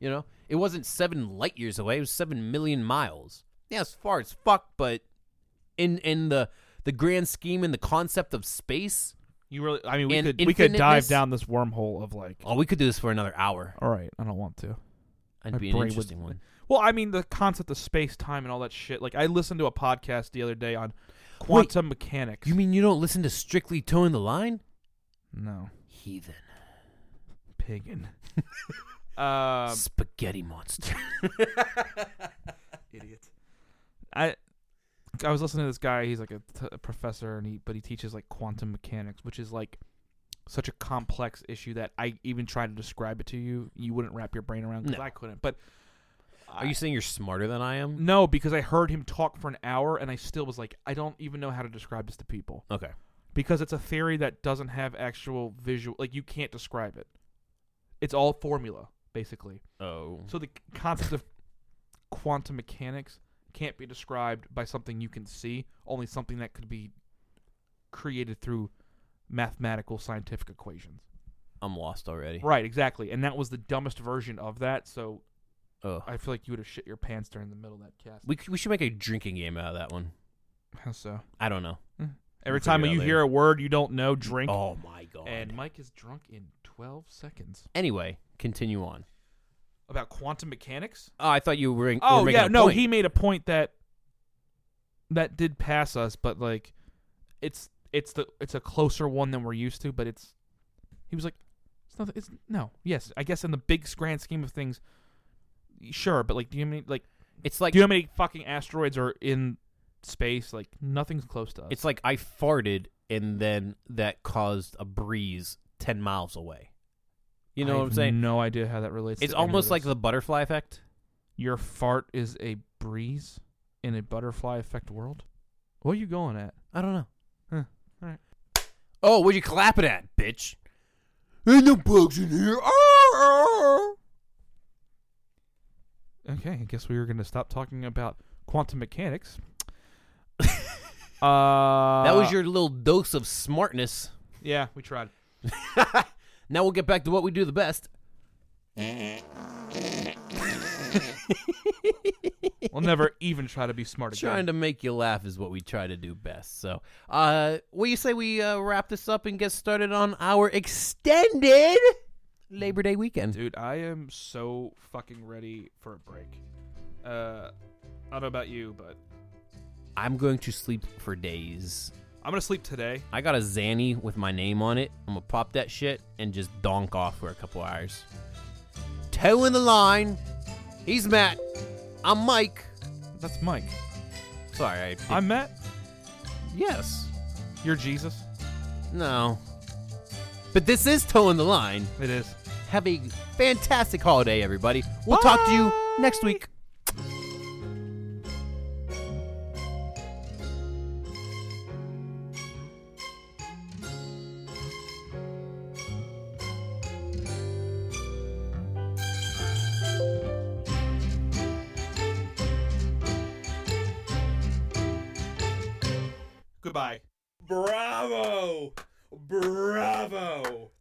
C: You know, it wasn't seven light years away; it was seven million miles. Yeah, it's far as fuck, but in in the the grand scheme and the concept of space,
B: You really? I mean, we
C: And
B: could we could dive
C: infiniteness?
B: down this wormhole of like.
C: oh, we could do this for another hour.
B: All right, I don't want to.
C: That'd
B: My
C: be an
B: brain would-
C: interesting one.
B: Well, I mean, the concept of space time and all that shit. Like, I listened to a podcast the other day on quantum mechanics.
C: You mean you don't listen to Strictly Towing the Line?
B: no,
C: Heathen.
B: pagan. um,
C: Spaghetti monster.
B: idiot. I I was listening to this guy. He's like a, t- a professor, and he but he teaches like quantum mechanics, which is like such a complex issue that I even try to describe it to you, you wouldn't wrap your brain around because
C: No.
B: I couldn't. But
C: Are you saying you're smarter than I am?
B: no, because I heard him talk for an hour, and I still was like, I don't even know how to describe this to people
C: Okay.
B: because it's a theory that doesn't have actual visual. Like you can't describe it. It's all formula basically.
C: Oh.
B: So the concept of quantum mechanics can't be described by something you can see, only something that could be created through mathematical scientific equations.
C: I'm lost already.
B: Right, exactly. And that was the dumbest version of that, so
C: Oh.
B: I feel like you would have shit your pants during the middle of that cast.
C: We, c- we should make a drinking game out of that one.
B: How so?
C: I don't know.
B: Every
C: We'll figure
B: time
C: it out
B: you
C: later.
B: hear a word you don't know, drink.
C: Oh my god.
B: and Mike is drunk in 12 seconds.
C: anyway, continue on.
B: About quantum mechanics?
C: Oh, I thought you were. were
B: Oh
C: making
B: yeah,
C: a
B: no,
C: point.
B: he made a point that that did pass us, but like it's it's the it's a closer one than we're used to, but it's he was like it's not it's no. Yes, I guess in the big grand scheme of things sure, but like do you mean like
C: It's like
B: do you know how many fucking asteroids are in space? Like nothing's close to us.
C: it's like I farted and then that caused a breeze ten miles away. You know
B: I
C: what I'm
B: have
C: saying?
B: No idea how that relates.
C: It's
B: to any of
C: almost like
B: this.
C: the butterfly effect.
B: your fart is a breeze in a butterfly effect world. What are you going at?
C: I don't know.
B: Huh. Alright.
C: Oh, what you clapping at, bitch? Ain't no bugs in here. Ah!
B: Okay, I guess we were going to stop talking about quantum mechanics. uh,
C: That was your little dose of smartness.
B: yeah. We tried.
C: Now we'll get back to what we do the best.
B: We'll never even try to be smart again.
C: Trying to make you laugh is what we try to do best. So, uh, what do you say we uh, wrap this up and get started on our extended Labor Day weekend?
B: Dude, I am so fucking ready for a break. Uh, I don't know about you, but
C: I'm going to sleep for days.
B: I'm gonna sleep today.
C: I got a Zanny with my name on it. I'm gonna pop that shit and just donk off for a couple hours. Toe in the line. He's Matt. I'm Mike.
B: That's Mike.
C: Sorry. I did-
B: I'm Matt.
C: yes.
B: You're Jesus.
C: No. But this is Toe in the line.
B: It is.
C: Have a fantastic holiday, everybody. We'll talk to you next week.
B: Goodbye.
A: Bravo! Bravo!